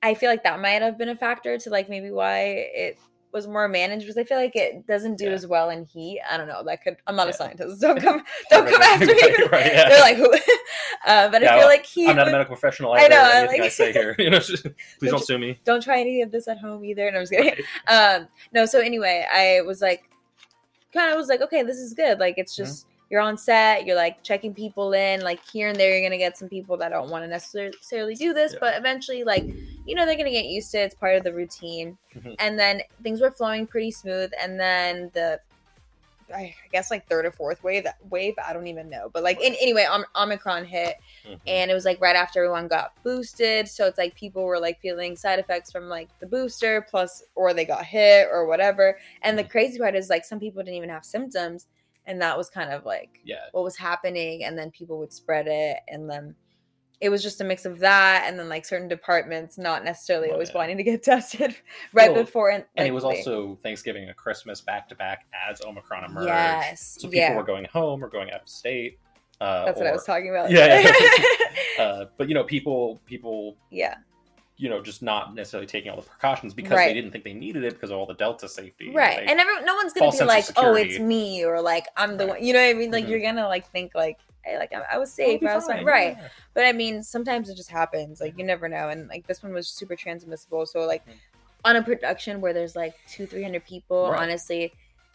A: i feel like that might have been a factor to like maybe why it was more managed because i feel like it doesn't do
C: Yeah.
A: as well in heat i don't know that could i'm not
C: Yeah.
A: a scientist don't come don't come after me
C: Right, right, yeah.
A: they're like who uh, but
C: Yeah,
A: i
C: well,
A: feel like heat
C: I'm not a
A: would-
C: medical professional
A: I
C: either.
A: know,
C: anything
A: like-
C: I say here, you know, just- please don't
A: Which-
C: sue me.
A: don't try any of this at home either and i was kidding
C: Right.
A: um no so anyway i was like kind of was like okay this is good like it's
C: Mhm.
A: just you're on set you're like checking people in like here and there you're gonna get some people that don't want to necessarily do this
C: Yeah.
A: but eventually like you know they're gonna get used to it. it's part of the routine
C: Mhm.
A: and then things were flowing pretty smooth and then the I I guess like third or fourth wave wave I don't even know but like in, anyway Om- Omicron hit
C: Mhm.
A: and it was like right after everyone got boosted so it's like people were like feeling side effects from like the booster plus or they got hit or whatever and the crazy part is like some people didn't even have symptoms and that was kind of like
C: yeah,
A: what was happening and then people would spread it and then it was just a mix of that and then like certain departments not necessarily
C: Oh,
A: always
C: yeah.
A: wanting to get tested right
C: Well,
A: before and,
C: and it
A: like,
C: was
A: they-
C: also Thanksgiving and Christmas back to back as Omicron emerged.
A: yes
C: So people
A: yeah
C: were going home or going out of state. Uh,
A: that's
C: or,
A: what i was talking about
C: Yeah, Uh, but you know, people people
A: yeah
C: you know just not necessarily taking all the precautions because they
A: Right.
C: didn't think they needed it because of all the Delta safety.
A: right
C: They-
A: and everyone, no one's
C: false
A: gonna be
C: sense of
A: like oh it's
C: security.
A: me or like i'm the
C: Right.
A: one you know what i mean like
C: Mhm.
A: you're gonna like think like hey like i, I was
C: "Oh, it'll
A: safe
C: be
A: i was fine
C: fine,
A: right
C: yeah."
A: but i mean sometimes it just happens like you never know and like this one was super transmissible so like
C: Mhm.
A: on a production where there's like two three hundred people
C: Right.
A: honestly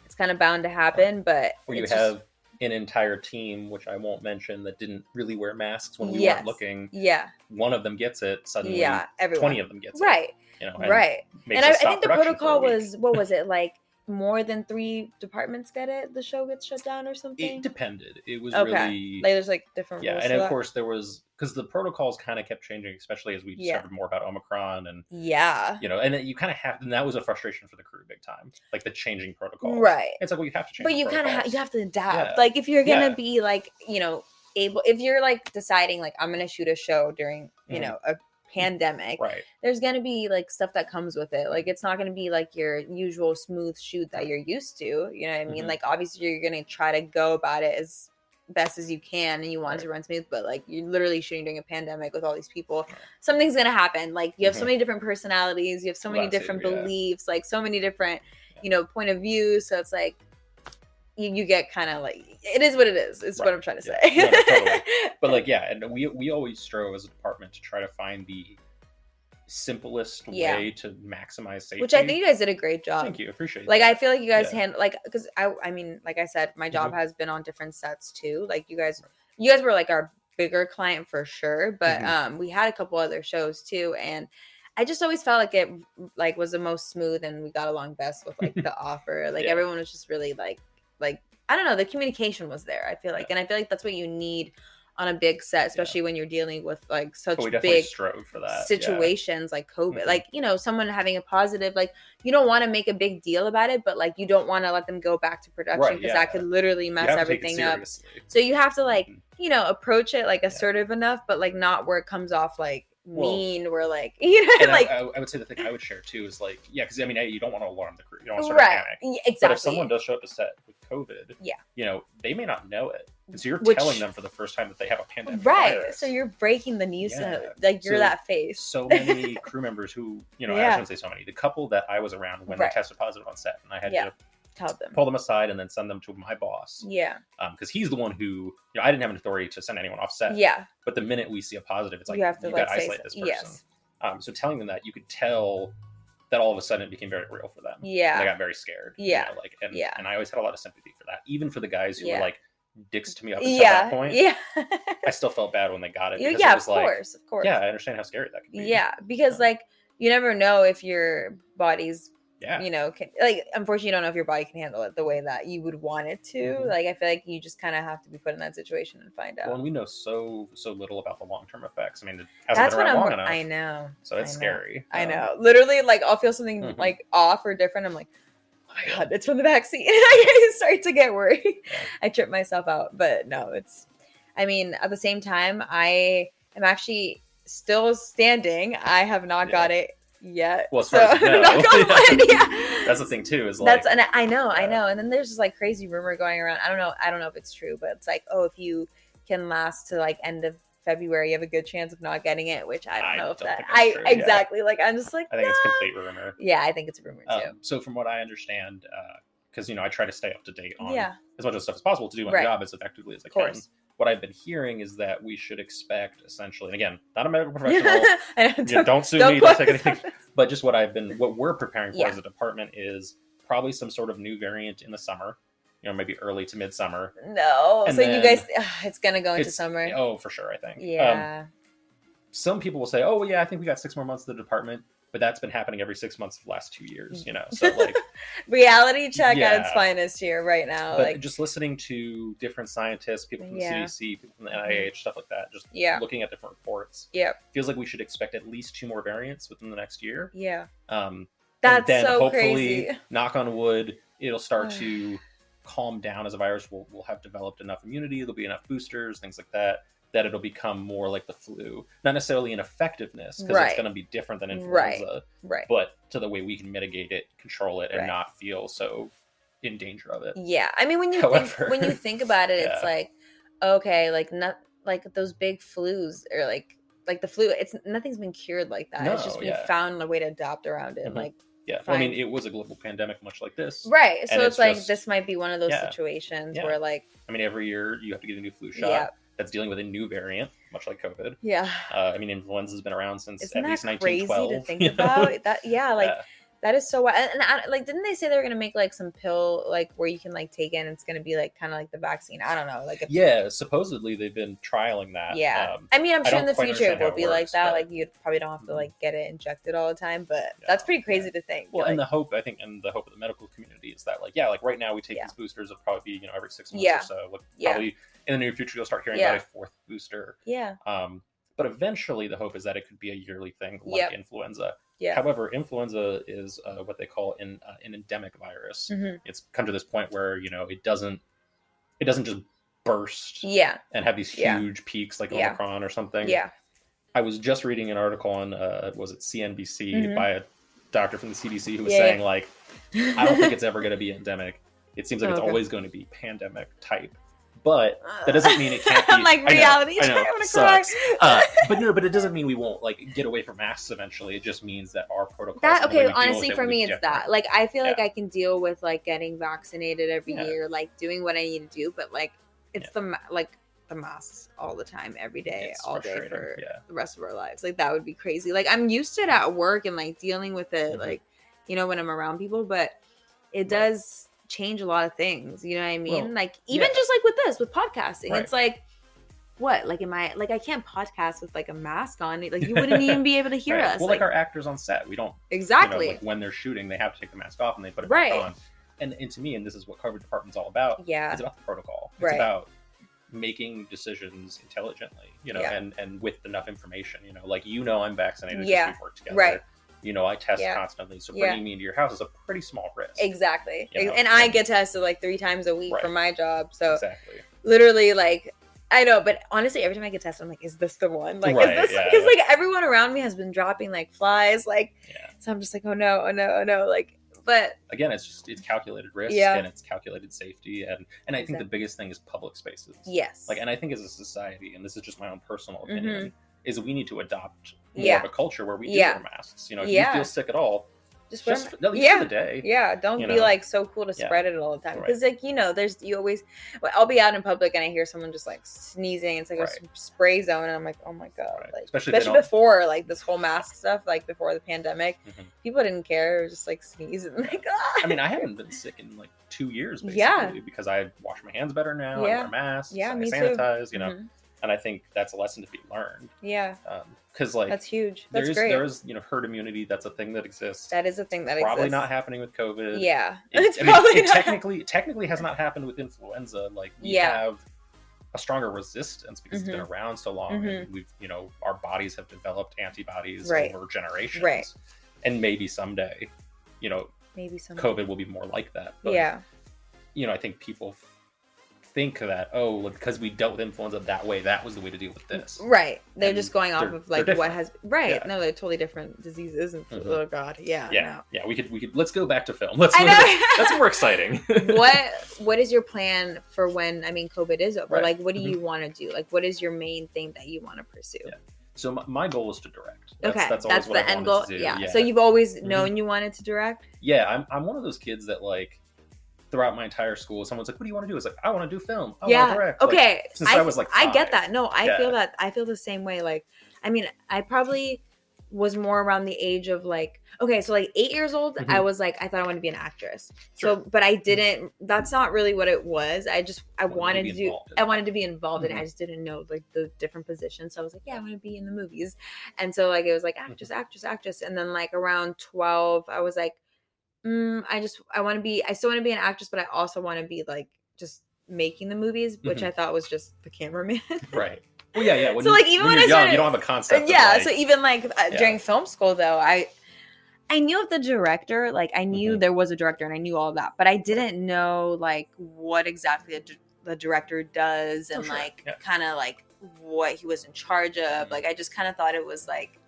A: it's kind of bound to happen but
C: Where you
A: it's just-
C: have an entire team, which I won't mention, that didn't really wear masks when we
A: Yes.
C: weren't looking.
A: yeah
C: One of them gets it suddenly.
A: yeah everyone
C: Twenty of them gets it.
A: right
C: You know, and
A: right
C: makes
A: and I, I
C: us stop
A: think the
C: production for a
A: protocol
C: week.
A: was what was it like more than three departments get it the show gets shut down or something
C: It depended. It was
A: Okay.
C: really
A: like there's like different
C: yeah,
A: rules
C: and
A: for
C: of
A: that.
C: course there was because the protocols kind of kept changing, especially as we
A: Yeah.
C: discovered more about Omicron and
A: yeah
C: you know, and then you kind of have, and that was a frustration for the crew big time, like the changing protocols.
A: right
C: It's like well, you have to change.
A: but
C: the
A: you kind of ha-
C: protocols.
A: you have to adapt
C: Yeah.
A: like if you're gonna
C: Yeah.
A: be like you know able if you're like deciding like i'm gonna shoot a show during you
C: Mhm.
A: know a pandemic
C: right.
A: there's gonna be like stuff that comes with it like it's not gonna be like your usual smooth shoot that you're used to you know what i mean
C: Mhm.
A: like obviously you're gonna try to go about it as best as you can and you want it to run smooth but like you're literally shooting during a pandemic with all these people something's gonna happen like you have
C: Mhm.
A: so many different personalities you have so many
C: Lots of-
A: different
C: yeah.
A: beliefs like so many different you know point of view so it's like you, you get kind of like it is what it is is
C: Right,
A: what i'm trying to
C: yeah.
A: say
C: No, no, totally. But like yeah, and we we always strove as a department to try to find the simplest
A: Yeah.
C: way to maximize safety.
A: which i think you guys did a great job
C: Thank you, appreciate.
A: like
C: that.
A: i feel like you guys
C: Yeah. Mm-hmm.
A: handle like because i i mean like i said my job has been on different sets too like you guys you guys were like our bigger client for sure but
C: Mhm.
A: um we had a couple other shows too and i just always felt like it like was the most smooth and we got along best with like the offer like
C: Yeah.
A: everyone was just really like like i don't know the communication was there i feel like and i feel like that's what you need on a big set especially when you're dealing with like such
C: but we definitely
A: big
C: strove for that yeah.
A: situations like COVID.
C: Mhm.
A: Like, you know, someone having a positive, like, you don't want to make a big deal about it, but like, you don't want to let them go back to production
C: Right,
A: because
C: yeah.
A: that could literally
C: You
A: mess
C: have to take it
A: everything up.
C: seriously.
A: So you have to, like,
C: Mhm.
A: you know, approach it like assertive enough, but like, not where it comes off like
C: Well-
A: mean, where like, you know,
C: And uh,
A: like,
C: I, I, I would say the thing I would share too is like, yeah, because I mean, hey, you don't want to alarm the crew. You don't want to start
A: right.
C: panic.
A: Yeah,
C: But if
A: Exactly.
C: someone does show up to set with COVID,
A: Yeah.
C: you know, they may not know it. And so you're
A: Which-
C: telling them for the first time that they have a pandemic.
A: Right.
C: virus.
A: So you're breaking the news to
C: Yeah.
A: them. Like, you're
C: So-
A: that face.
C: so many crew members who, you know, I
A: Yeah.
C: shouldn't say so many. The couple that I was around when
A: Right.
C: they tested positive on set, and I had
A: Yeah.
C: to
A: Tell them.
C: pull them aside and then send them to my boss because
A: Yeah.
C: he's the one who, you know, I didn't have an authority to send anyone off set.
A: Yeah.
C: But the minute we see a positive, it's like
A: you have to, like,
C: gotta
A: say,
C: isolate this
A: so-
C: person.
A: yes.
C: Um, so telling them that, you could tell that all of a sudden it became very real for them.
A: Yeah.
C: they got very scared. you
A: Yeah.
C: know, like and,
A: Yeah.
C: and I always had a lot of sympathy for that. Even for the guys who
A: Yeah.
C: were like dicks to me up until that
A: Yeah.
C: point.
A: Yeah.
C: I still felt bad when they got it. because it
A: Yeah. Of
C: was like,
A: course. Of course.
C: Yeah, I understand how scary that could be.
A: Yeah, because
C: Yeah.
A: like you never know if your body's
C: Yeah.
A: you know can, like unfortunately you don't know if your body can handle it the way that you would want it to
C: Mhm.
A: like i feel like you just kind of have to be put in that situation and find out
C: Well, and we know so so little about the long term effects. I mean, it hasn't
A: that's
C: been
A: what
C: around
A: i'm
C: long
A: wor-
C: enough,
A: i know
C: so it's
A: I know.
C: scary.
A: i
C: Um,
A: know literally like i'll feel something
C: Mhm.
A: like off or different i'm like oh my god it's from the vaccine i start to get worried
C: Yeah.
A: i trip myself out but no it's i mean at the same time i am actually still standing i have not
C: Yeah.
A: got it yet
C: Well, as far as you know.
A: knock on wood, yeah.
C: That's the thing too. Is like
A: That's uh, and I- I know, I
C: Yeah.
A: know. And then there's this like crazy rumor going around. I don't know, I don't know if it's true, but it's like, oh, if you can last to like end of February, you have a good chance of not getting it, which I don't
C: I
A: know if
C: don't
A: that
C: think that's
A: I
C: true, yeah.
A: exactly like I'm just like
C: I think it's
A: nah.
C: complete rumor.
A: Yeah, I think it's a rumor too.
C: Um, so from what I understand, because you know I try to stay up to date on
A: yeah,
C: as much of stuff as possible to do my
A: Right.
C: job as effectively as I
A: of
C: can.
A: course.
C: What I've been hearing is that we should expect essentially, and again, not a medical professional.
A: I know,
C: you know,
A: don't,
C: don't sue
A: don't
C: me.
A: quote
C: Don't take
A: us
C: anything.
A: on this.
C: But just what I've been, what we're preparing for
A: Yeah.
C: as a department is probably some sort of new variant in the summer. You know, maybe early to midsummer.
A: No.
C: And
A: so you
C: then-
A: guys ugh, it's gonna go into
C: It's-
A: summer.
C: Oh, for sure, I think. Um,
A: yeah.
C: some people will say, "Oh, well, yeah, I think we got six more months of the department," but that's been happening every six months of the last two years. You know, so like,
A: Reality check at its
C: yeah.
A: finest here right now.
C: but
A: Oh, Like
C: just listening to different scientists, people from the
A: Yeah. Mm-hmm.
C: CDC, people from the NIH, stuff like that, just
A: Yeah.
C: looking at different reports,
A: Yeah.
C: feels like we should expect at least two more variants within the next year.
A: Yeah.
C: Um,
A: That's
C: and then
A: so
C: hopefully,
A: crazy.
C: knock on wood, it'll start to calm down as a virus. We'll, we'll have developed enough immunity. There'll be enough boosters, things like that, that it'll become more like the flu. Not necessarily in effectiveness, because
A: Right.
C: it's going to be different than
A: Right.
C: influenza,
A: Right.
C: but to the way we can mitigate it, control it, and
A: Right. Mm,
C: not feel so in danger of it.
A: Yeah, I mean when you
C: However,
A: think, when you think about it, it's
C: yeah.
A: like okay, like not like those big flus or like like the flu. It's nothing's been cured like that. it's
C: No,
A: just we
C: yeah.
A: found a way to adapt around it.
C: Mhm.
A: Like
C: Yeah. Well, I mean,
A: Fine.
C: it was a global pandemic, much like this.
A: right, so
C: And
A: it's,
C: it's
A: like
C: just-
A: this might be one of those
C: yeah.
A: situations
C: Yeah.
A: where like
C: I mean, every year you have to get a new flu shot
A: yeah,
C: that's dealing with a new variant, much like COVID.
A: yeah.
C: Uh, I mean, influenza's been around since
A: Isn't
C: at
A: that
C: least
A: crazy
C: 1912.
A: to think
C: you know?
A: about? That yeah, like
C: Yeah.
A: that is so wild. And I, like, didn't they say they were gonna make like some pill like where you can like take it and it's gonna be like kind of like the vaccine? I don't know, like a
C: Yeah, supposedly they've been trialing that.
A: Yeah.
C: Um,
A: I mean, I'm
C: I
A: sure in
C: don't
A: the
C: quite
A: future it
C: understand how
A: will
C: it
A: be like
C: works,
A: that.
C: but- Mm-hmm.
A: Like you probably don't have to like get it injected all the time, but
C: Yeah,
A: that's pretty
C: yeah.
A: crazy to think.
C: well,
A: like,
C: and the hope I think, and the hope of the medical community is that, like, yeah, like right now we take
A: Yeah.
C: these boosters. It'll probably be you know every six months
A: Yeah.
C: or so. Like,
A: Yeah.
C: Probably in the near future you'll start hearing
A: Yeah.
C: about a fourth booster.
A: yeah,
C: Um, but eventually the hope is that it could be a yearly thing like
A: Yep.
C: influenza.
A: yeah,
C: However, influenza is uh, what they call an, uh, an endemic virus.
A: Mhm.
C: It's come to this point where you know it doesn't it doesn't just burst
A: yeah,
C: and have these
A: Yeah.
C: huge peaks like
A: Yeah.
C: Omicron or something.
A: yeah,
C: I was just reading an article on uh, was it CNBC
A: Mhm.
C: by a doctor from the CDC who was
A: Yeah, yeah.
C: saying like I don't think it's ever going to be endemic. It seems like it's
A: Oh, Okay.
C: always going to be pandemic type, but that doesn't mean it can't
A: I'm
C: be-
A: like
C: I know,
A: reality.
C: I
A: check.
C: know,
A: I want to cry.
C: sucks. uh, but no, but it doesn't mean we won't like get away from masks eventually. It just means that our protocol.
A: That okay, honestly, for me, it's that. Like, I feel like
C: Yeah.
A: I can deal with like getting vaccinated every
C: Yeah.
A: year, like doing what I need to do, but like it's
C: Yeah.
A: the ma- like the masks all the time, every day,
C: It's
A: all day
C: frustrating,
A: for
C: yeah.
A: the rest of our lives. Like that would be crazy. Like I'm used to it at work and like dealing with it,
C: Mhm.
A: like you know when I'm around people, but
C: Right.
A: it does change a lot of things. You know what I mean?
C: Well,
A: like even
C: yeah.
A: just like with this, with podcasting,
C: Right.
A: it's like. What like am I like I can't podcast with like a mask on? Like you wouldn't even be able to hear
C: Right.
A: us.
C: Well, like, our actors on set, we don't you know,
A: exactly.
C: like when they're shooting, they have to take the mask off and they put it
A: Right.
C: back on. And, and to me, and this is what COVID department's all about.
A: yeah.
C: It's about the protocol. It's
A: Right.
C: about making decisions intelligently, you know,
A: Yeah.
C: and and with enough information, you know, like you know I'm vaccinated. 'cause
A: Yeah.
C: we've worked together.
A: Right.
C: You know, I test
A: Yeah.
C: constantly, so
A: Yeah.
C: bringing me into your house is a pretty small risk.
A: Exactly.
C: You know,
A: and I
C: and-
A: get tested like three times a week for
C: Right.
A: my job. So
C: Exactly.
A: literally like I know, but honestly, every time I get tested, I'm like, is this the one? Like,
C: Right,
A: is this
C: yeah,
A: because
C: yeah.
A: like everyone around me has been dropping like flies, like
C: Yeah.
A: so I'm just like, oh no, oh no, oh no, like but
C: Again, it's just it's calculated risk
A: Yeah.
C: and it's calculated safety and and I think the biggest thing is public spaces.
A: yes.
C: Like and I think as a society, and this is just my own personal opinion, is we need to adopt more
A: Mm-hmm. Yeah.
C: of a culture where we do
A: Yeah.
C: wear masks. You know, if
A: Yeah.
C: you feel sick at all,
A: just,
C: just
A: remember-
C: for, at least
A: yeah.
C: for the day.
A: Yeah, don't
C: you
A: be
C: know?
A: like so cool to
C: Yeah.
A: spread it all the time
C: Right.
A: because, like, you know, there's you always. well, I'll be out in public and I hear someone just like sneezing. It's like
C: Right.
A: a s- spray zone, and I'm like, oh my god!
C: Right.
A: Like,
C: Especially
A: especially
C: if they don't-
A: before like this whole mask stuff, like before the pandemic,
C: Mhm.
A: people didn't care. It was just like sneeze and like, ah.
C: I mean, I haven't been sick in like two years, basically,
A: Yeah.
C: because I wash my hands better now. I
A: Yeah.
C: wear masks.
A: Yeah,
C: I
A: me too.
C: sanitize. You know, and I think that's a lesson to be learned
A: Mm-hmm. Yeah.
C: because like
A: That's huge.
C: there
A: That's
C: is
A: great.
C: there is you know herd immunity that's a thing that exists.
A: that is a thing that
C: probably
A: exists.
C: not happening with COVID.
A: Yeah.
C: It,
A: it's
C: I mean,
A: probably
C: it
A: not.
C: technically it technically has not happened with influenza. Like we
A: Yeah. Mm-hmm.
C: have a stronger resistance because it's been around so long, and we've you know our bodies have developed antibodies
A: Right.
C: over generations,
A: Right.
C: and maybe someday, you know,
A: Maybe some.
C: COVID will be more like that. But
A: Yeah.
C: you know, I think people f- think that oh, like, because we dealt with influenza that way, that was the way to deal with this.
A: Right. They're
C: And
A: just going off
C: they're-
A: of
C: they're
A: like what
C: different.
A: has right.
C: Yeah.
A: No, they're totally different diseases and
C: Mhm.
A: oh god, yeah.
C: Yeah, yeah. We could we could let's go back to film. Let's
A: I know.
C: that's more exciting.
A: no. what what is your plan for when I mean COVID is over?
C: Right. Mm-hmm.
A: Like what do you want to do? Like what is your main thing that you want to pursue?
C: Yeah. So my, my goal is to direct.
A: okay. That's,
C: always what
A: the
C: I
A: end goal.
C: wanted to do. Mm-hmm.
A: Yeah. So you've always known you wanted to direct?
C: yeah, I'm, I'm one of those kids that like throughout my entire school, someone's like, "What do you want to do?" It's like, "I want to do film. I want
A: yeah.
C: to direct." Like,
A: Okay.
C: since I was, like,
A: I get
C: five.
A: that. No, I
C: Yeah.
A: feel that I feel the same way. Like I mean, I probably was more around the age of like okay, so like eight years old, I
C: Mhm.
A: was like, I thought I wanted to be an actress.
C: sure.
A: So, but I didn't. That's not really what it was. I just I
C: Wanted to
A: wanted
C: be
A: to do.
C: involved in
A: I
C: it.
A: wanted to be involved in
C: Mhm.
A: it. I just didn't know like the different positions. So I was like, yeah, I want to be in the movies. And so like it was like actress,
C: Mm-hmm.
A: actress, actress. And then like around twelve, I was like, mm, I just I want to be. I still want to be an actress, but I also want to be like just making the movies, which
C: Mhm.
A: I thought was just the cameraman.
C: right. Well, yeah, yeah. When
A: So,
C: you,
A: like, even
C: when
A: when
C: you're
A: I
C: young,
A: started-
C: you don't have a concept. of,
A: yeah
C: like-
A: so even like uh,
C: Yeah.
A: during film school though i i knew of the director like i knew
C: Mhm.
A: there was a director and i knew all that but i didn't know like what exactly the, d- the director does
C: Oh,
A: and
C: sure.
A: like
C: Yeah.
A: kind of like what he was in charge of
C: Mhm.
A: like i just kind of thought it was like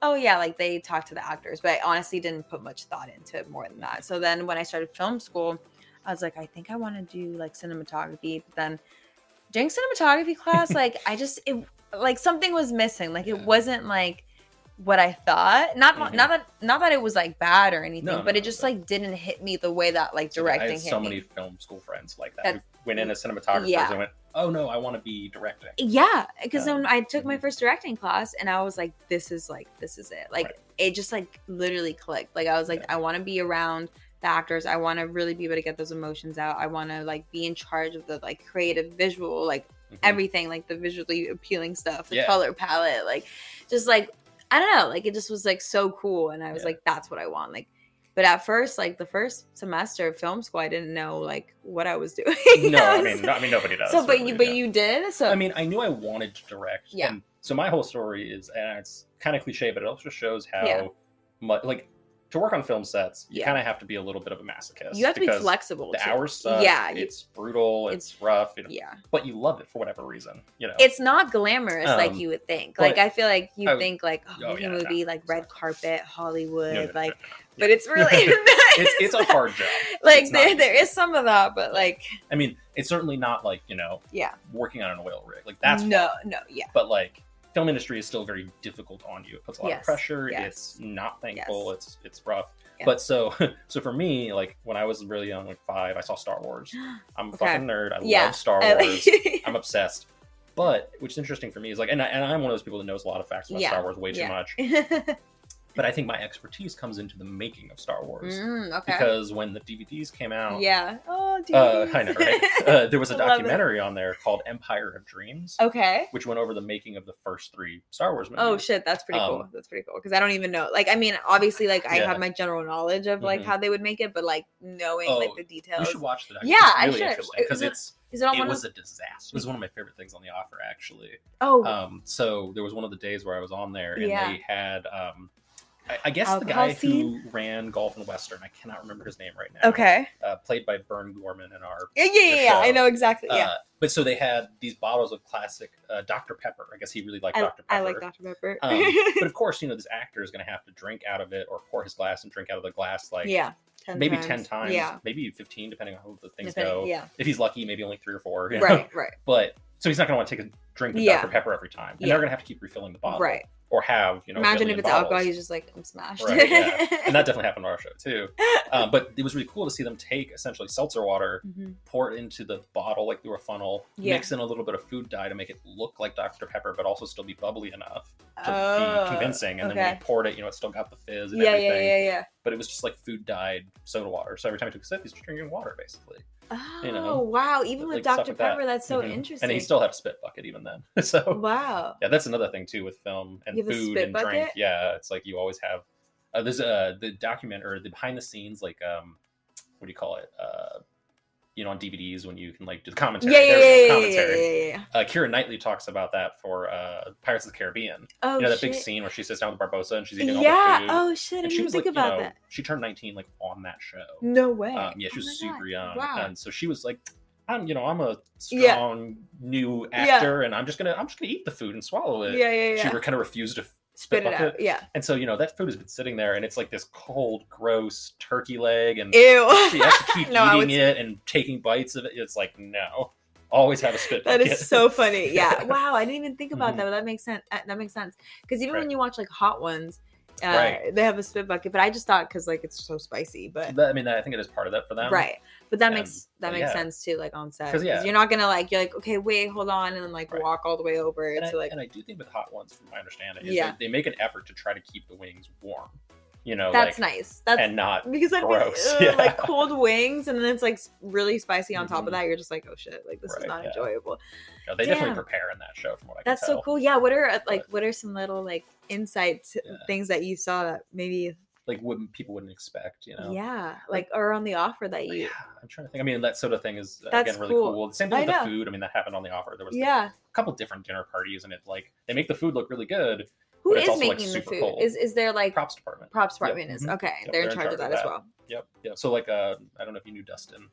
A: oh yeah like they talked to the actors but i honestly didn't put much thought into it more than that so then when i started film school i was like i think i want to do like cinematography but then during cinematography class like i just it like something was missing like it
C: Yeah.
A: wasn't like what i thought not
C: Mhm.
A: not that not that it was like bad or anything
C: No,
A: but
C: no,
A: it just
C: but-
A: like didn't hit me the way that like
C: So, yeah, I
A: directing
C: had
A: hit
C: so
A: me
C: many film school friends like that.
A: That's-
C: who went in as cinematographers
A: Yeah. E,
C: and went, "Oh no, I want to be directing."
A: yeah because
C: Yeah.
A: then i took my
C: Mhm.
A: first directing class and i was like this is like this is it like
C: Right.
A: it just like literally clicked like i was like
C: Yeah.
A: i want to be around the actors i want to really be able to get those emotions out i want to like be in charge of the like creative visual like
C: Mhm.
A: everything like the visually appealing stuff the
C: Yeah.
A: color palette like just like i don't know like it just was like so cool and i was
C: Yeah.
A: like that's what i want like but at first like the first semester of film school i didn't know like what i was doing
C: no, I mean, no, I mean, nobody does.
A: so but
C: really,
A: you but
C: yeah.
A: you did so
C: I mean, I knew I wanted to direct.
A: Yeah.
C: And so my whole story is, and it's kind of cliche, but it also shows how
A: Yeah.
C: much, like, to work on film sets, you
A: Yeah.
C: kind of have to be a little bit of a masochist.
A: you have to be
C: because
A: flexible
C: The
A: too.
C: hours suck.
A: Yeah, you-
C: It's brutal. It's, rough. you know,
A: yeah
C: But you love it for whatever reason. You know.
A: it's not glamorous like
C: Um,
A: you would think
C: but-
A: like i feel like you
C: I would-
A: think like oh,
C: Oh,
A: movie
C: yeah, no,
A: movie like
C: it's
A: red
C: not.
A: carpet hollywood
C: No, no, no,
A: like
C: no,
A: but it's really
C: it's, it's a hard job.
A: like
C: It's not
A: there, there
C: easy.
A: is some of that but like
C: I mean, it's certainly not like you know.
A: Yeah.
C: Working on an oil rig, like that's
A: no no yeah
C: but like film industry is still very difficult on you. It puts a lot of
A: Yes,
C: pressure.
A: yes.
C: It's not thankful.
A: Yes.
C: It's it's rough.
A: Yeah.
C: But so so for me, like when I was really young, like five, I saw Star Wars. I'm a
A: Okay.
C: fucking nerd. I
A: Yeah, Uh,
C: love Star
A: I-
C: Wars. I'm obsessed. But which is interesting for me is like, and, I, and I'm one of those people that knows a lot of facts about
A: Yeah,
C: Star Wars way too
A: yeah.
C: much. But I think my expertise comes into the making of Star Wars
A: Mm, okay.
C: because when the DVDs came out,
A: yeah. Oh,
C: uh,
A: DVDs.
C: I know, right? Uh, there was a
A: I love it.
C: documentary on there called Empire of Dreams,
A: okay.
C: which went over the making of the first three Star Wars movies.
A: Oh shit, that's pretty cool.
C: Um,
A: That's pretty cool because I don't even know. Like, I mean, obviously, like I
C: Yeah.
A: have my general knowledge of like
C: Mhm.
A: how they would make it, but like knowing
C: Oh,
A: like the
C: You
A: details.
C: should watch the documentary.
A: Yeah, I
C: it's really
A: should.
C: interesting because
A: Is it-
C: it's
A: Is it on
C: it
A: one?
C: was
A: of, Mm.
C: a disaster. It was one of my favorite things on the offer actually.
A: oh,
C: Um, so there was one of the days where I was on there and
A: Yeah.
C: they had um, I, I guess the
A: Alcohol
C: guy
A: scene?
C: who ran Golf and Western. I cannot remember his name right now.
A: okay.
C: uh, played by Bern Gorman in our.
A: Yeah, yeah,
C: the
A: yeah, yeah. I
C: show.
A: know exactly. Yeah,
C: Uh, but so they had these bottles of classic uh, Dr Pepper. I guess he really liked
A: I,
C: Dr
A: I
C: Pepper.
A: like Dr Pepper.
C: Um, but of course, you know this actor is going to have to drink out of it or pour his glass and drink out of the glass like
A: yeah, 10
C: maybe ten times,
A: Yeah,
C: maybe fifteen, depending on how the things
A: Depending-
C: go.
A: yeah.
C: If he's lucky, maybe only three or four. you know?
A: Right, right,
C: but so he's not going to want to take a drink of
A: Yeah.
C: Dr Pepper every time, and
A: Yeah.
C: they're going to have to keep refilling the bottle,
A: right.
C: Or have you know? a
A: Imagine
C: billion
A: if it's
C: bottles.
A: alcohol, he's just like I'm smashed.
C: Right, yeah. and that definitely happened on our show too. Um, but it was really cool to see them take essentially seltzer water,
A: Mhm.
C: pour it into the bottle like through a funnel,
A: Yeah.
C: mix in a little bit of food dye to make it look like Dr Pepper, but also still be bubbly enough to
A: Oh,
C: be convincing. And then when
A: okay.
C: you poured it, you know, it still got the fizz and
A: Yeah,
C: everything.
A: yeah, yeah, yeah.
C: But it was just like food dyed soda water. So every time you took a sip, he's just drinking water basically.
A: Oh
C: you know,
A: wow! Even
C: like
A: with
C: stuff
A: Dr
C: like that.
A: Pepper, that's so
C: Mhm.
A: interesting.
C: And he still had a spit bucket even then. so
A: wow.
C: yeah, that's another thing too with film and
A: You have a
C: food
A: spit
C: and drink.
A: bucket?
C: Yeah, it's like you always have. Uh, there's uh, the document or the behind the scenes like um, what do you call it? Uh, you know, on DVDs when you can like do the commentary.
A: Yeah,
C: There we go,
A: yeah, yeah, yeah, yeah,
C: commentary.
A: yeah, yeah.
C: Uh, Kira Knightley talks about that for uh, Pirates of the Caribbean.
A: Oh,
C: you know that
A: shit.
C: big scene where she sits down with Barbosa and she's eating all
A: Yeah.
C: the food.
A: Oh shit! I
C: and
A: didn't
C: she
A: even
C: was
A: think
C: like, you
A: about
C: know,
A: that.
C: she turned 19 like on that show.
A: No way.
C: Um, yeah,
A: Oh
C: she was
A: my God.
C: super young,
A: Wow.
C: and so she was like, "I'm, you know, I'm a
A: Yeah.
C: strong new
A: Yeah.
C: actor, and I'm just gonna, I'm just gonna eat the food and swallow it."
A: yeah, yeah, yeah.
C: uh, She kind of refused to, f-
A: Spit it
C: bucket.
A: out. Yeah.
C: and so you know that food has been sitting there, and it's like this cold, gross turkey leg, and she
A: Ew.
C: has to keep
A: No, I
C: eating
A: would-
C: it and taking bites of it. It's like no, always have a spit.
A: That
C: bucket.
A: is so funny. Yeah. Wow. I didn't even think about
C: Mhm.
A: that, but that makes sense. uh, That makes sense. Because even
C: Right.
A: when you watch like Hot Ones, uh,
C: Right.
A: they have a spit bucket. But I just thought because like it's so spicy, but
C: That- I mean, I think it is part of that for them,
A: right. But that
C: and-
A: makes that
C: but
A: makes
C: yeah.
A: sense too. Like on set,
C: 'Cause,
A: because
C: yeah.
A: you're not gonna like you're like okay, wait, hold on, and then like
C: Right.
A: walk all the way over
C: And
A: to
C: I,
A: like
C: and I do think with hot ones, from my understanding, is
A: Yeah.
C: that they make an effort to try to keep the wings warm, you know,
A: that's
C: like,
A: nice. That's
C: and not
A: because that'd
C: gross,
A: be ugh,
C: yeah.
A: like cold wings, and then it's like s- really spicy on top
C: Mhm.
A: of that. You're just like, oh shit, like this
C: Right,
A: is not
C: yeah.
A: enjoyable.
C: No, they
A: Damn.
C: definitely prepare in that show, from what I can
A: That's
C: tell.
A: so cool. Yeah. What are uh, like what are some little like insights uh,
C: Yeah.
A: things that you saw that maybe
C: Like, wouldn't people wouldn't expect, you know?
A: yeah like are on the offer that
C: But
A: you
C: yeah, I'm trying to think. I mean, that soda thing is uh,
A: That's
C: again really cool.
A: cool.
C: The same thing
A: I
C: with
A: know.
C: the food. I mean, that happened on the offer. There was like,
A: yeah.
C: a couple different dinner parties, and it like they make the food look really good.
A: Who
C: but it's
A: is
C: also, like,
A: making the
C: super
A: food?
C: cold.
A: Is is there like props,
C: Props department.
A: department is
C: mhm.
A: okay?
C: Yep,
A: they're in charge of that, as well.
C: Yep. Yeah. So like, uh, I don't know if you knew Dustin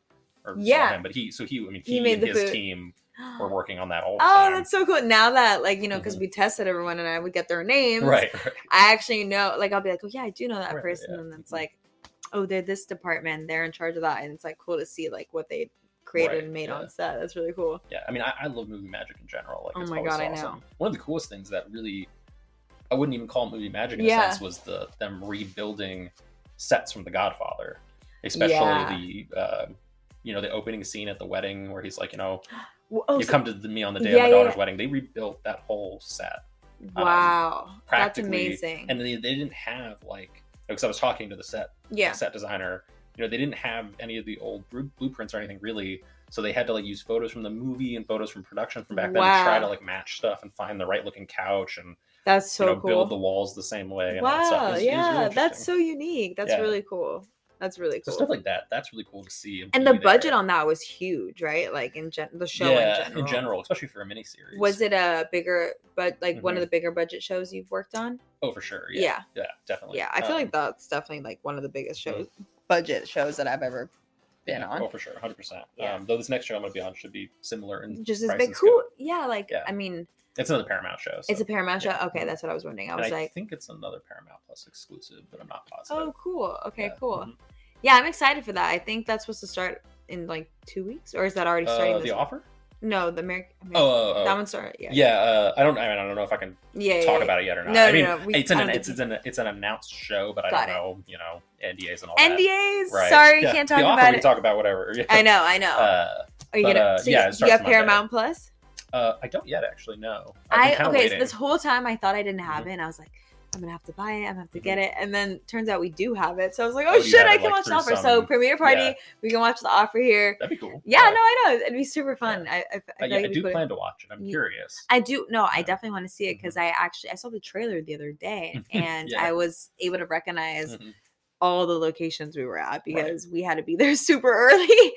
C: or yeah,
A: Yeah.
C: him, but he. So he. I mean, he,
A: He made
C: and
A: the
C: his
A: food.
C: team were working on that all the
A: Oh,
C: time.
A: that's so cool. Now that like you know because
C: Mhm.
A: we tested everyone and I would get their names.
C: right. right.
A: I actually know like I'll be like oh yeah I do know that
C: Right,
A: person
C: yeah. Mm-hmm.
A: and it's like oh they're this department they're in charge of that and it's like cool to see like what they created
C: Right,
A: and made
C: yeah.
A: on set. That's really cool.
C: Yeah, I mean, I, I love movie magic in general. Like,
A: Oh
C: it's
A: my
C: always
A: God, I
C: awesome.
A: know.
C: One of the coolest things that really, I wouldn't even call it movie magic in a
A: Yeah.
C: sense, was the them rebuilding sets from The Godfather, especially
A: Yeah.
C: the, uh, you know, the opening scene at the wedding where he's like, you know,
A: Well, oh,
C: you
A: so-
C: come to the, me on the day
A: Yeah,
C: of
A: yeah,
C: my daughter's
A: yeah.
C: wedding. They rebuilt that whole set,
A: wow, that's
C: um, practically,
A: amazing.
C: and they, they didn't have like because I was talking to the set
A: yeah,
C: set designer. You know, they didn't have any of the old blu- blueprints or anything really, so they had to like use photos from the movie and photos from production from back then to try
A: Wow.
C: to like match stuff and find the right looking couch and
A: that's so
C: you know
A: cool.
C: build the walls the same way. And all that stuff. It
A: Wow,
C: was- it was really
A: yeah, that's
C: interesting.
A: so unique. That's
C: Yeah.
A: really cool. That's really
C: so
A: cool.
C: stuff like that. That's really cool to see.
A: and the
C: be there.
A: budget on that was huge, right? Like in gen- the show
C: yeah,
A: in, general.
C: especially for a miniseries.
A: Was it a bigger but like
C: Mm-hmm.
A: one of the bigger budget shows you've worked on?
C: Oh, for sure. Yeah, yeah,
A: Yeah.
C: definitely.
A: Yeah, I feel
C: Um,
A: like that's definitely like one of the biggest shows
C: Mm-hmm.
A: budget shows that I've ever been
C: yeah,
A: on.
C: Oh, for sure, hundred percent.
A: Yeah.
C: Um, though this next show I'm going to be on should be similar and
A: Just as
C: price
A: big
C: and
A: cool.
C: scope.
A: Yeah, like
C: Yeah.
A: I mean
C: It's another Paramount show. So.
A: it's a Paramount show.
C: yeah.
A: Okay, that's what I was wondering. I
C: And
A: was like,
C: think it's another Paramount Plus exclusive, but I'm not positive.
A: Oh cool. Okay,
C: Yeah,
A: cool.
C: mhm.
A: Yeah, I'm excited for that. I think that's supposed to start in like two weeks, or is that already starting
C: Uh,
A: this
C: the
A: week?
C: offer?
A: No, the American.
C: Oh, oh, oh.
A: that one started. Yeah,
C: yeah. Uh, I don't. I mean, I don't know if I can
A: yeah.
C: talk about it yet or not.
A: No,
C: I
A: no,
C: mean,
A: no, we-
C: it's an
A: I don't
C: it's,
A: think
C: it's an it's an announced show, but I
A: Got
C: don't
A: it.
C: know. You know, NDAs and all that.
A: NDAs.
C: Right.
A: Sorry,
C: Yeah.
A: can't
C: The
A: talk
C: offer,
A: about
C: We can
A: it.
C: talk about whatever. Yeah.
A: I know, I know.
C: Uh,
A: Are you
C: but,
A: gonna?
C: uh,
A: so
C: yeah, it
A: you- you
C: starts
A: have
C: Monday.
A: Paramount Plus?
C: uh, I don't yet actually know. I've been
A: I
C: kinda
A: okay. So
C: waiting.
A: this whole time I thought I didn't have
C: Mhm.
A: it, and I was like, I'm gonna have to buy it. I'm gonna have to get
C: Mhm.
A: it, and then turns out we do have it. So I was like,
C: Oh,
A: oh,
C: you
A: shit,
C: had
A: I
C: it,
A: can
C: like,
A: watch the
C: through
A: offer.
C: some-
A: so premiere party,
C: yeah.
A: we can watch the offer here.
C: That'd be cool.
A: Yeah,
C: Uh,
A: no, I know it'd be super fun. I I, I, feel
C: uh, yeah,
A: like
C: I
A: it'd be
C: do
A: cool.
C: plan to watch it. I'm
A: Ye-
C: curious.
A: I do no, I
C: Yeah. Mm-hmm.
A: definitely want to see it because I actually I saw the trailer the other day and
C: Yeah.
A: I was able to recognize
C: Mhm.
A: all the locations we were at
C: Right.
A: because we had to be there super early.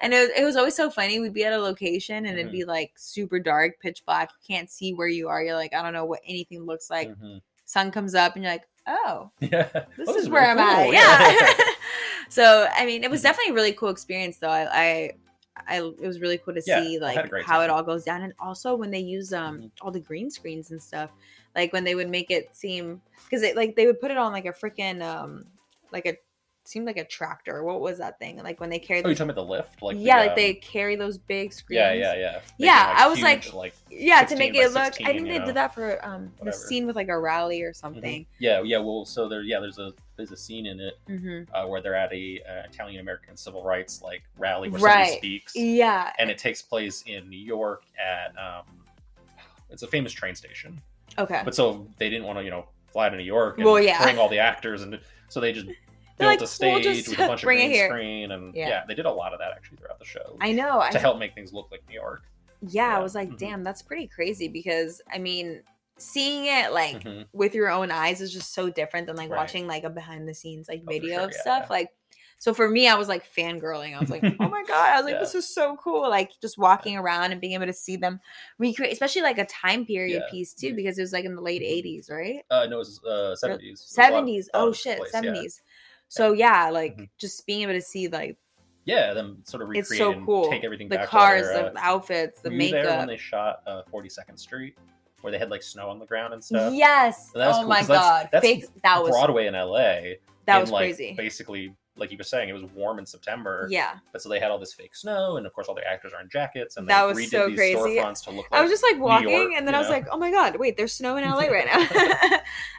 A: And it was, it was always so funny. We'd be at a location and
C: Mhm.
A: it'd be like super dark, pitch black. You can't see where you are. You're like, I don't know what anything looks like.
C: Mhm.
A: Sun comes up and you're like, oh,
C: Yeah.
A: this
C: Well,
A: is, where
C: really
A: I'm
C: cool.
A: at. Yeah. so I mean, it was
C: Mhm.
A: definitely a really cool experience though. I, I I it was really cool to
C: Yeah,
A: see
C: I had a
A: like
C: great
A: how it
C: time.
A: all goes down, and also when they use um
C: Mhm.
A: all the green screens and stuff, like when they would make it seem because it like they would put it on like a freaking um like a seemed like a tractor. What was that thing? Like when they carried.
C: Oh,
A: the
C: you talking about the lift? Like
A: yeah,
C: the,
A: like they
C: um,
A: carry those big screens.
C: Yeah, yeah, yeah. Making,
A: Yeah, I was
C: huge,
A: like-
C: like
A: yeah, to
C: 16
A: make
C: by
A: it look. I
C: 16,
A: think
C: you
A: they
C: know?
A: did that for um the
C: Whatever.
A: scene with like a rally or
C: mhm.
A: something.
C: Yeah, yeah. Well, so there, yeah, there's a there's a scene in it
A: hmm
C: uh, where they're at a uh, Italian American civil rights like rally where
A: Right.
C: somebody speaks,
A: Yeah,
C: and it takes place in New York at um, it's a famous train station.
A: okay.
C: But so they didn't want to you know fly to New York and
A: Well, yeah.
C: bring all the actors, and so they just
A: They're like,
C: built a
A: "We'll
C: stage
A: just
C: with a bunch of
A: bring it
C: green
A: here."
C: screen, and yeah.
A: Yeah.
C: they did a lot of that actually throughout the show
A: I know. I
C: to help make things look like New York.
A: yeah,
C: Yeah.
A: I was like,
C: Mhm.
A: damn, that's pretty crazy because I mean, seeing it like
C: Mhm.
A: with your own eyes is just so different than like
C: Right. Oh,
A: watching like a behind the scenes like
C: for
A: video
C: sure,
A: of
C: yeah,
A: stuff.
C: yeah.
A: Like, so for me, I was like fangirling. I was like, oh my god, I was like,
C: Yeah.
A: this is so cool. Like just walking around and being able to see them recreate, especially like a time period
C: Yeah.
A: piece too, because it was like in the late
C: Mhm.
A: '80s, right?
C: Uh, no, it was uh, 70s. It was a lot of-
A: '70s.
C: lot
A: Oh
C: of
A: shit,
C: place, yeah.
A: '70s. So yeah, like
C: Mhm.
A: just being able to see like
C: Yeah, them sort of recreate
A: It's so
C: and
A: cool.
C: take everything
A: the
C: back
A: cars,
C: to their, uh,
A: the outfits, the
C: were you there when
A: makeup.
C: they shot uh, 42nd Street, where they had like snow on the ground and stuff?
A: Yes.
C: That was
A: oh
C: cool,
A: my
C: 'cause that's-
A: god.
C: that's
A: Fake, that was
C: Broadway in LA.
A: that
C: in,
A: was
C: like,
A: crazy.
C: Basically, like you were saying, it was warm in September.
A: Yeah.
C: But so they had all this fake snow, and of course, all the actors are in jackets, and
A: That
C: they
A: was
C: redid
A: so
C: these
A: crazy.
C: storefronts to look like.
A: I was just like walking
C: York,
A: and then
C: you
A: I was
C: know?
A: like, oh my god, wait, there's snow in LA right now.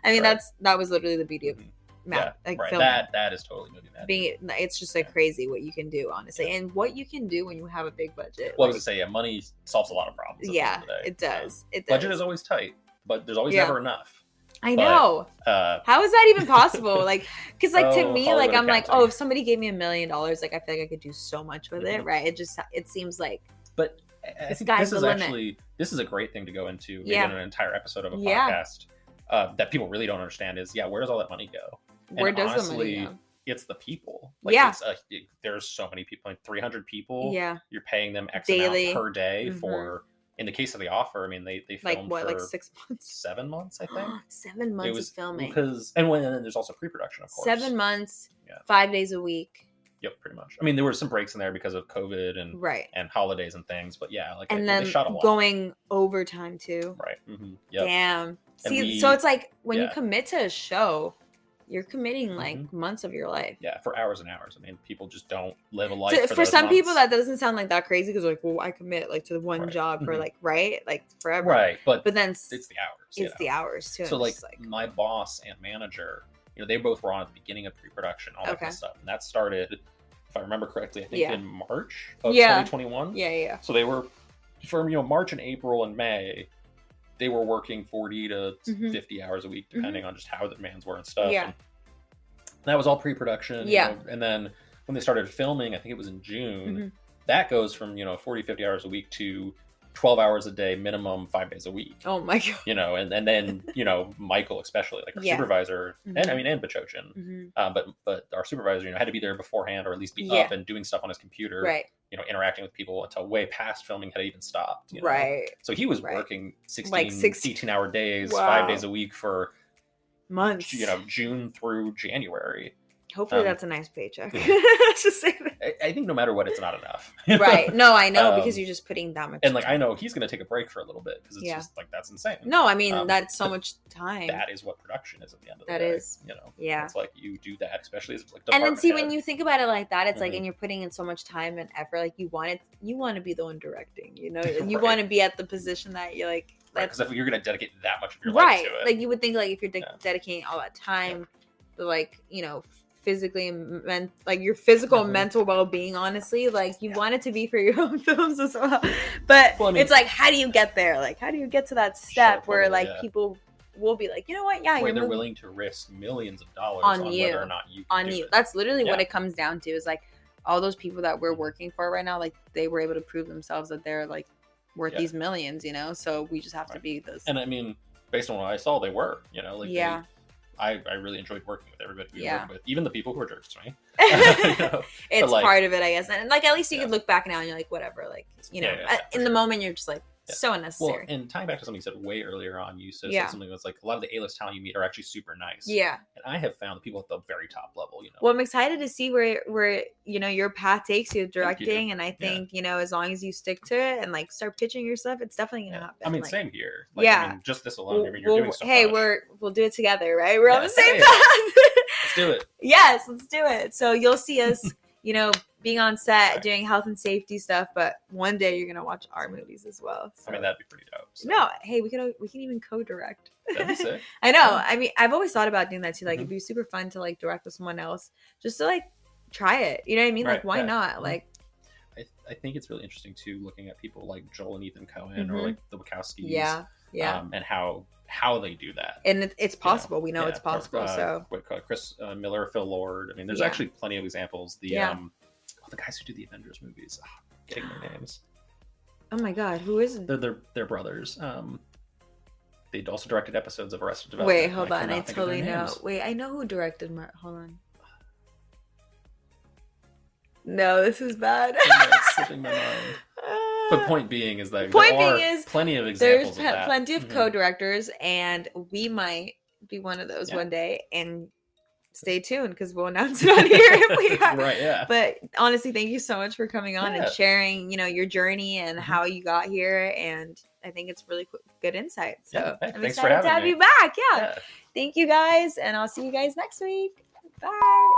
A: I mean,
C: Right.
A: that's that was literally the beauty of
C: Mhm.
A: math,
C: yeah,
A: like
C: right.
A: filming.
C: That that is totally movie magic.
A: being it's just like
C: Yeah.
A: crazy what you can do, honestly, and what you can do when you have a big budget.
C: what was I
A: like,
C: say? Yeah, money solves a lot of problems. at the
A: yeah,
C: end of the day.
A: it does. It
C: So,
A: does.
C: budget is always tight, but there's always
A: Yeah.
C: never enough.
A: I
C: but-
A: know.
C: Uh,
A: How is that even possible? Like, because like to
C: Oh,
A: me,
C: Hollywood
A: like I'm like,
C: accounting.
A: oh, if somebody gave me a million dollars, like I feel like I could do so much with it,
C: Mhm.
A: right? It just it seems like
C: but I- I
A: The
C: think
A: sky's
C: this is
A: the limit.
C: actually this is a great thing to go into maybe
A: Yeah.
C: in an entire episode of a
A: Yeah.
C: podcast uh, that people really don't understand is yeah, where does all that money go? And
A: where does the
C: honestly,
A: money
C: It's the people.
A: Yeah.
C: It's a, there's so many people, like 300
A: go?
C: people.
A: Yeah,
C: You're paying them X
A: Daily.
C: amount per day
A: Mhm.
C: for. In the case of the offer, I mean, they they filmed
A: like what,
C: for
A: like six months,
C: seven months, I think.
A: seven months of filming.
C: because and when and then there's also pre-production of course
A: seven months,
C: Yeah.
A: five days a week,
C: yep pretty much i mean there were some breaks in there because of covid and
A: right?
C: and holidays Mm. and things but yeah like
A: And
C: they,
A: then
C: they shot a lot
A: going overtime too.
C: right mm-hmm. yep
A: Damn. See,
C: we-
A: so it's like when you
C: yeah. Mm-hmm.
A: commit to a show, you're committing like months of your life.
C: yeah for hours and hours i mean people just don't live a life
A: To-
C: for,
A: for
C: those
A: some people,
C: months.
A: that doesn't sound like that crazy because like, well, I commit like to the one
C: Right.
A: job for
C: Mhm.
A: like right, like forever.
C: right but,
A: But then s-
C: it's
A: it's,
C: the hours you know?
A: the hours too.
C: so
A: and
C: like,
A: it's just,
C: my boss and manager you know they both were on at the beginning of pre-production all that
A: Okay.
C: kind of stuff and that started if i remember correctly i think
A: Yeah.
C: in march of
A: Yeah.
C: 2021
A: yeah, yeah, yeah.
C: So they were from you know March and April and May, they were working forty to
A: Mhm.
C: fifty hours a week, depending on just how the demands were and stuff.
A: Yeah.
C: And that was all pre-production. you
A: Yeah.
C: know, and then when they started filming, I think it was in June.
A: Mhm.
C: That goes from you know 40, 50 hours a week to twelve hours a day minimum, five days a week.
A: Oh my god.
C: You know, and, and then you know Michael especially like our
A: Yeah.
C: supervisor, and I
A: Mhm.
C: mean and Bachochin.
A: Mhm.
C: Uh, but but our supervisor, you know, had to be there beforehand, or at least be
A: Yeah.
C: up and doing stuff on his computer,
A: Right,
C: you know interacting with people until way past filming had even stopped you know?
A: right.
C: so he was
A: Right.
C: working 16
A: Like 16
C: 18 hour days
A: Wow.
C: five days a week for
A: Months.
C: you know june through january
A: Hopefully
C: um,
A: that's a nice paycheck.
C: yeah.
A: to say that.
C: i, I think no matter what it's not enough
A: right. No, I know because
C: Um,
A: you're just putting that much.
C: and like i
A: time.
C: know he's going to take a break for a little bit because it's
A: Yeah.
C: just like that's insane
A: No, I mean
C: um,
A: that's so
C: but
A: much time.
C: that is what production is at the end of the
A: That
C: day
A: is.
C: you know
A: yeah.
C: it's like you do that especially as like
A: And then
C: department
A: see
C: head.
A: when you think about it like that, it's like
C: Mhm.
A: and you're putting in so much time and effort. Like you want it, you want to be the one directing. You know, you
C: Right.
A: want to be at the position that you're like
C: right
A: that's
C: because if you're going to dedicate that much of your
A: right.
C: life to it
A: Like you would think like if you're de-
C: Yeah.
A: dedicating all that time, the like you know physically and men- like your physical
C: Mhm.
A: and mental well being. Honestly, like you
C: Yeah.
A: want it to be for your own films as well. But
C: Well, I mean-
A: it's like how do you get there? Like how do you get to that step where
C: totally,
A: like
C: yeah.
A: people will be like, you know what? Yeah,
C: where
A: you're
C: they're
A: moving
C: willing to risk millions of dollars
A: On
C: on,
A: you.
C: whether or not you can
A: on
C: do
A: you.
C: it.
A: That's literally what
C: Yeah.
A: it comes down to is like all those people that we're working for right now, like they were able to prove themselves that they're like worth
C: Yeah.
A: these millions, you know? So we just have to
C: Right.
A: be this.
C: and I mean, based on what I saw, they were. You know, like they-
A: Yeah.
C: I, I really enjoyed working with everybody we
A: Yeah.
C: worked with, even the people who were jerks to me. You
A: it's
C: know? like-
A: part of it, I guess. And like at least you
C: Yeah.
A: can look back now and you're like, whatever, like, you know,
C: Yeah, yeah, yeah,
A: uh,
C: for
A: in the
C: sure.
A: moment you're just like,
C: Yeah.
A: so
C: Well,
A: unnecessary.
C: and tying back to something you said way earlier on, you said
A: Yeah.
C: something that's like a lot of the A-list talent you meet are actually super nice.
A: yeah.
C: And I have found the people at the very top level, you know.
A: Well, I'm excited to see where where you know your path takes you
C: Thank you.
A: directing, and I think you know as long as you stick to it and like start pitching yourself, it's definitely gonna
C: Yeah.
A: happen.
C: I mean,
A: like,
C: same here. I
A: Yeah.
C: mean, just this alone, I
A: We'll,
C: mean, you're
A: we'll-
C: doing so
A: hey,
C: much.
A: we're we'll do it together, right? We're on
C: Yeah,
A: the same
C: hey.
A: path.
C: Let's do it.
A: Yes, let's do it. So you'll see us, you know, being on set,
C: Right.
A: doing health and safety stuff, but one day you're gonna watch our movies as well. So.
C: I mean, that'd be pretty dope. so
A: no, hey, we can we can even co-direct.
C: That'd be sick.
A: I know.
C: Yeah. Mm-hmm.
A: I mean, I've always thought about doing that too. Like, it'd be super fun to like direct with someone else, just to like try it. You know what I mean?
C: Right,
A: like, why
C: right.
A: not?
C: Mhm.
A: Like,
C: I, I think it's really interesting, too, looking at people like Joel and Ethan Cohen or
A: Mhm.
C: like the Wachowskis.
A: yeah, Yeah.
C: um, and how how they do that.
A: and it, it's possible. we know
C: Yeah,
A: it's possible.
C: uh,
A: so
C: what, uh, Chris uh, Miller, Phil Lord. I mean, there's
A: Yeah.
C: actually plenty of examples. The
A: Yeah.
C: um, oh, the guys who do the Avengers movies, Ah, I'm getting their names.
A: oh my god, who is?
C: They're they're, they're brothers. Um, they also directed episodes of Arrested Development.
A: Wait,
C: and
A: hold on. I
C: cannot think of their
A: totally know.
C: names.
A: Wait, I know who directed. Mar- hold on. No, this is bad.
C: Yeah, it's slipping my mind. But point being is that
A: Point
C: there
A: being
C: are
A: is
C: plenty of
A: there's
C: examples
A: pe-
C: of that.
A: plenty of
C: Mhm.
A: co-directors and we might be one of those
C: Yeah.
A: one day and stay tuned because we'll announce it on here if we are
C: right, yeah.
A: but honestly thank you so much for coming on
C: Yeah.
A: and sharing you know your journey and
C: Mhm.
A: how you got here and i think it's really qu- good insight so
C: Yeah, hey,
A: i'm
C: thanks for
A: excited to have
C: having me.
A: you back yeah
C: yeah.
A: thank you guys and i'll see you guys next week bye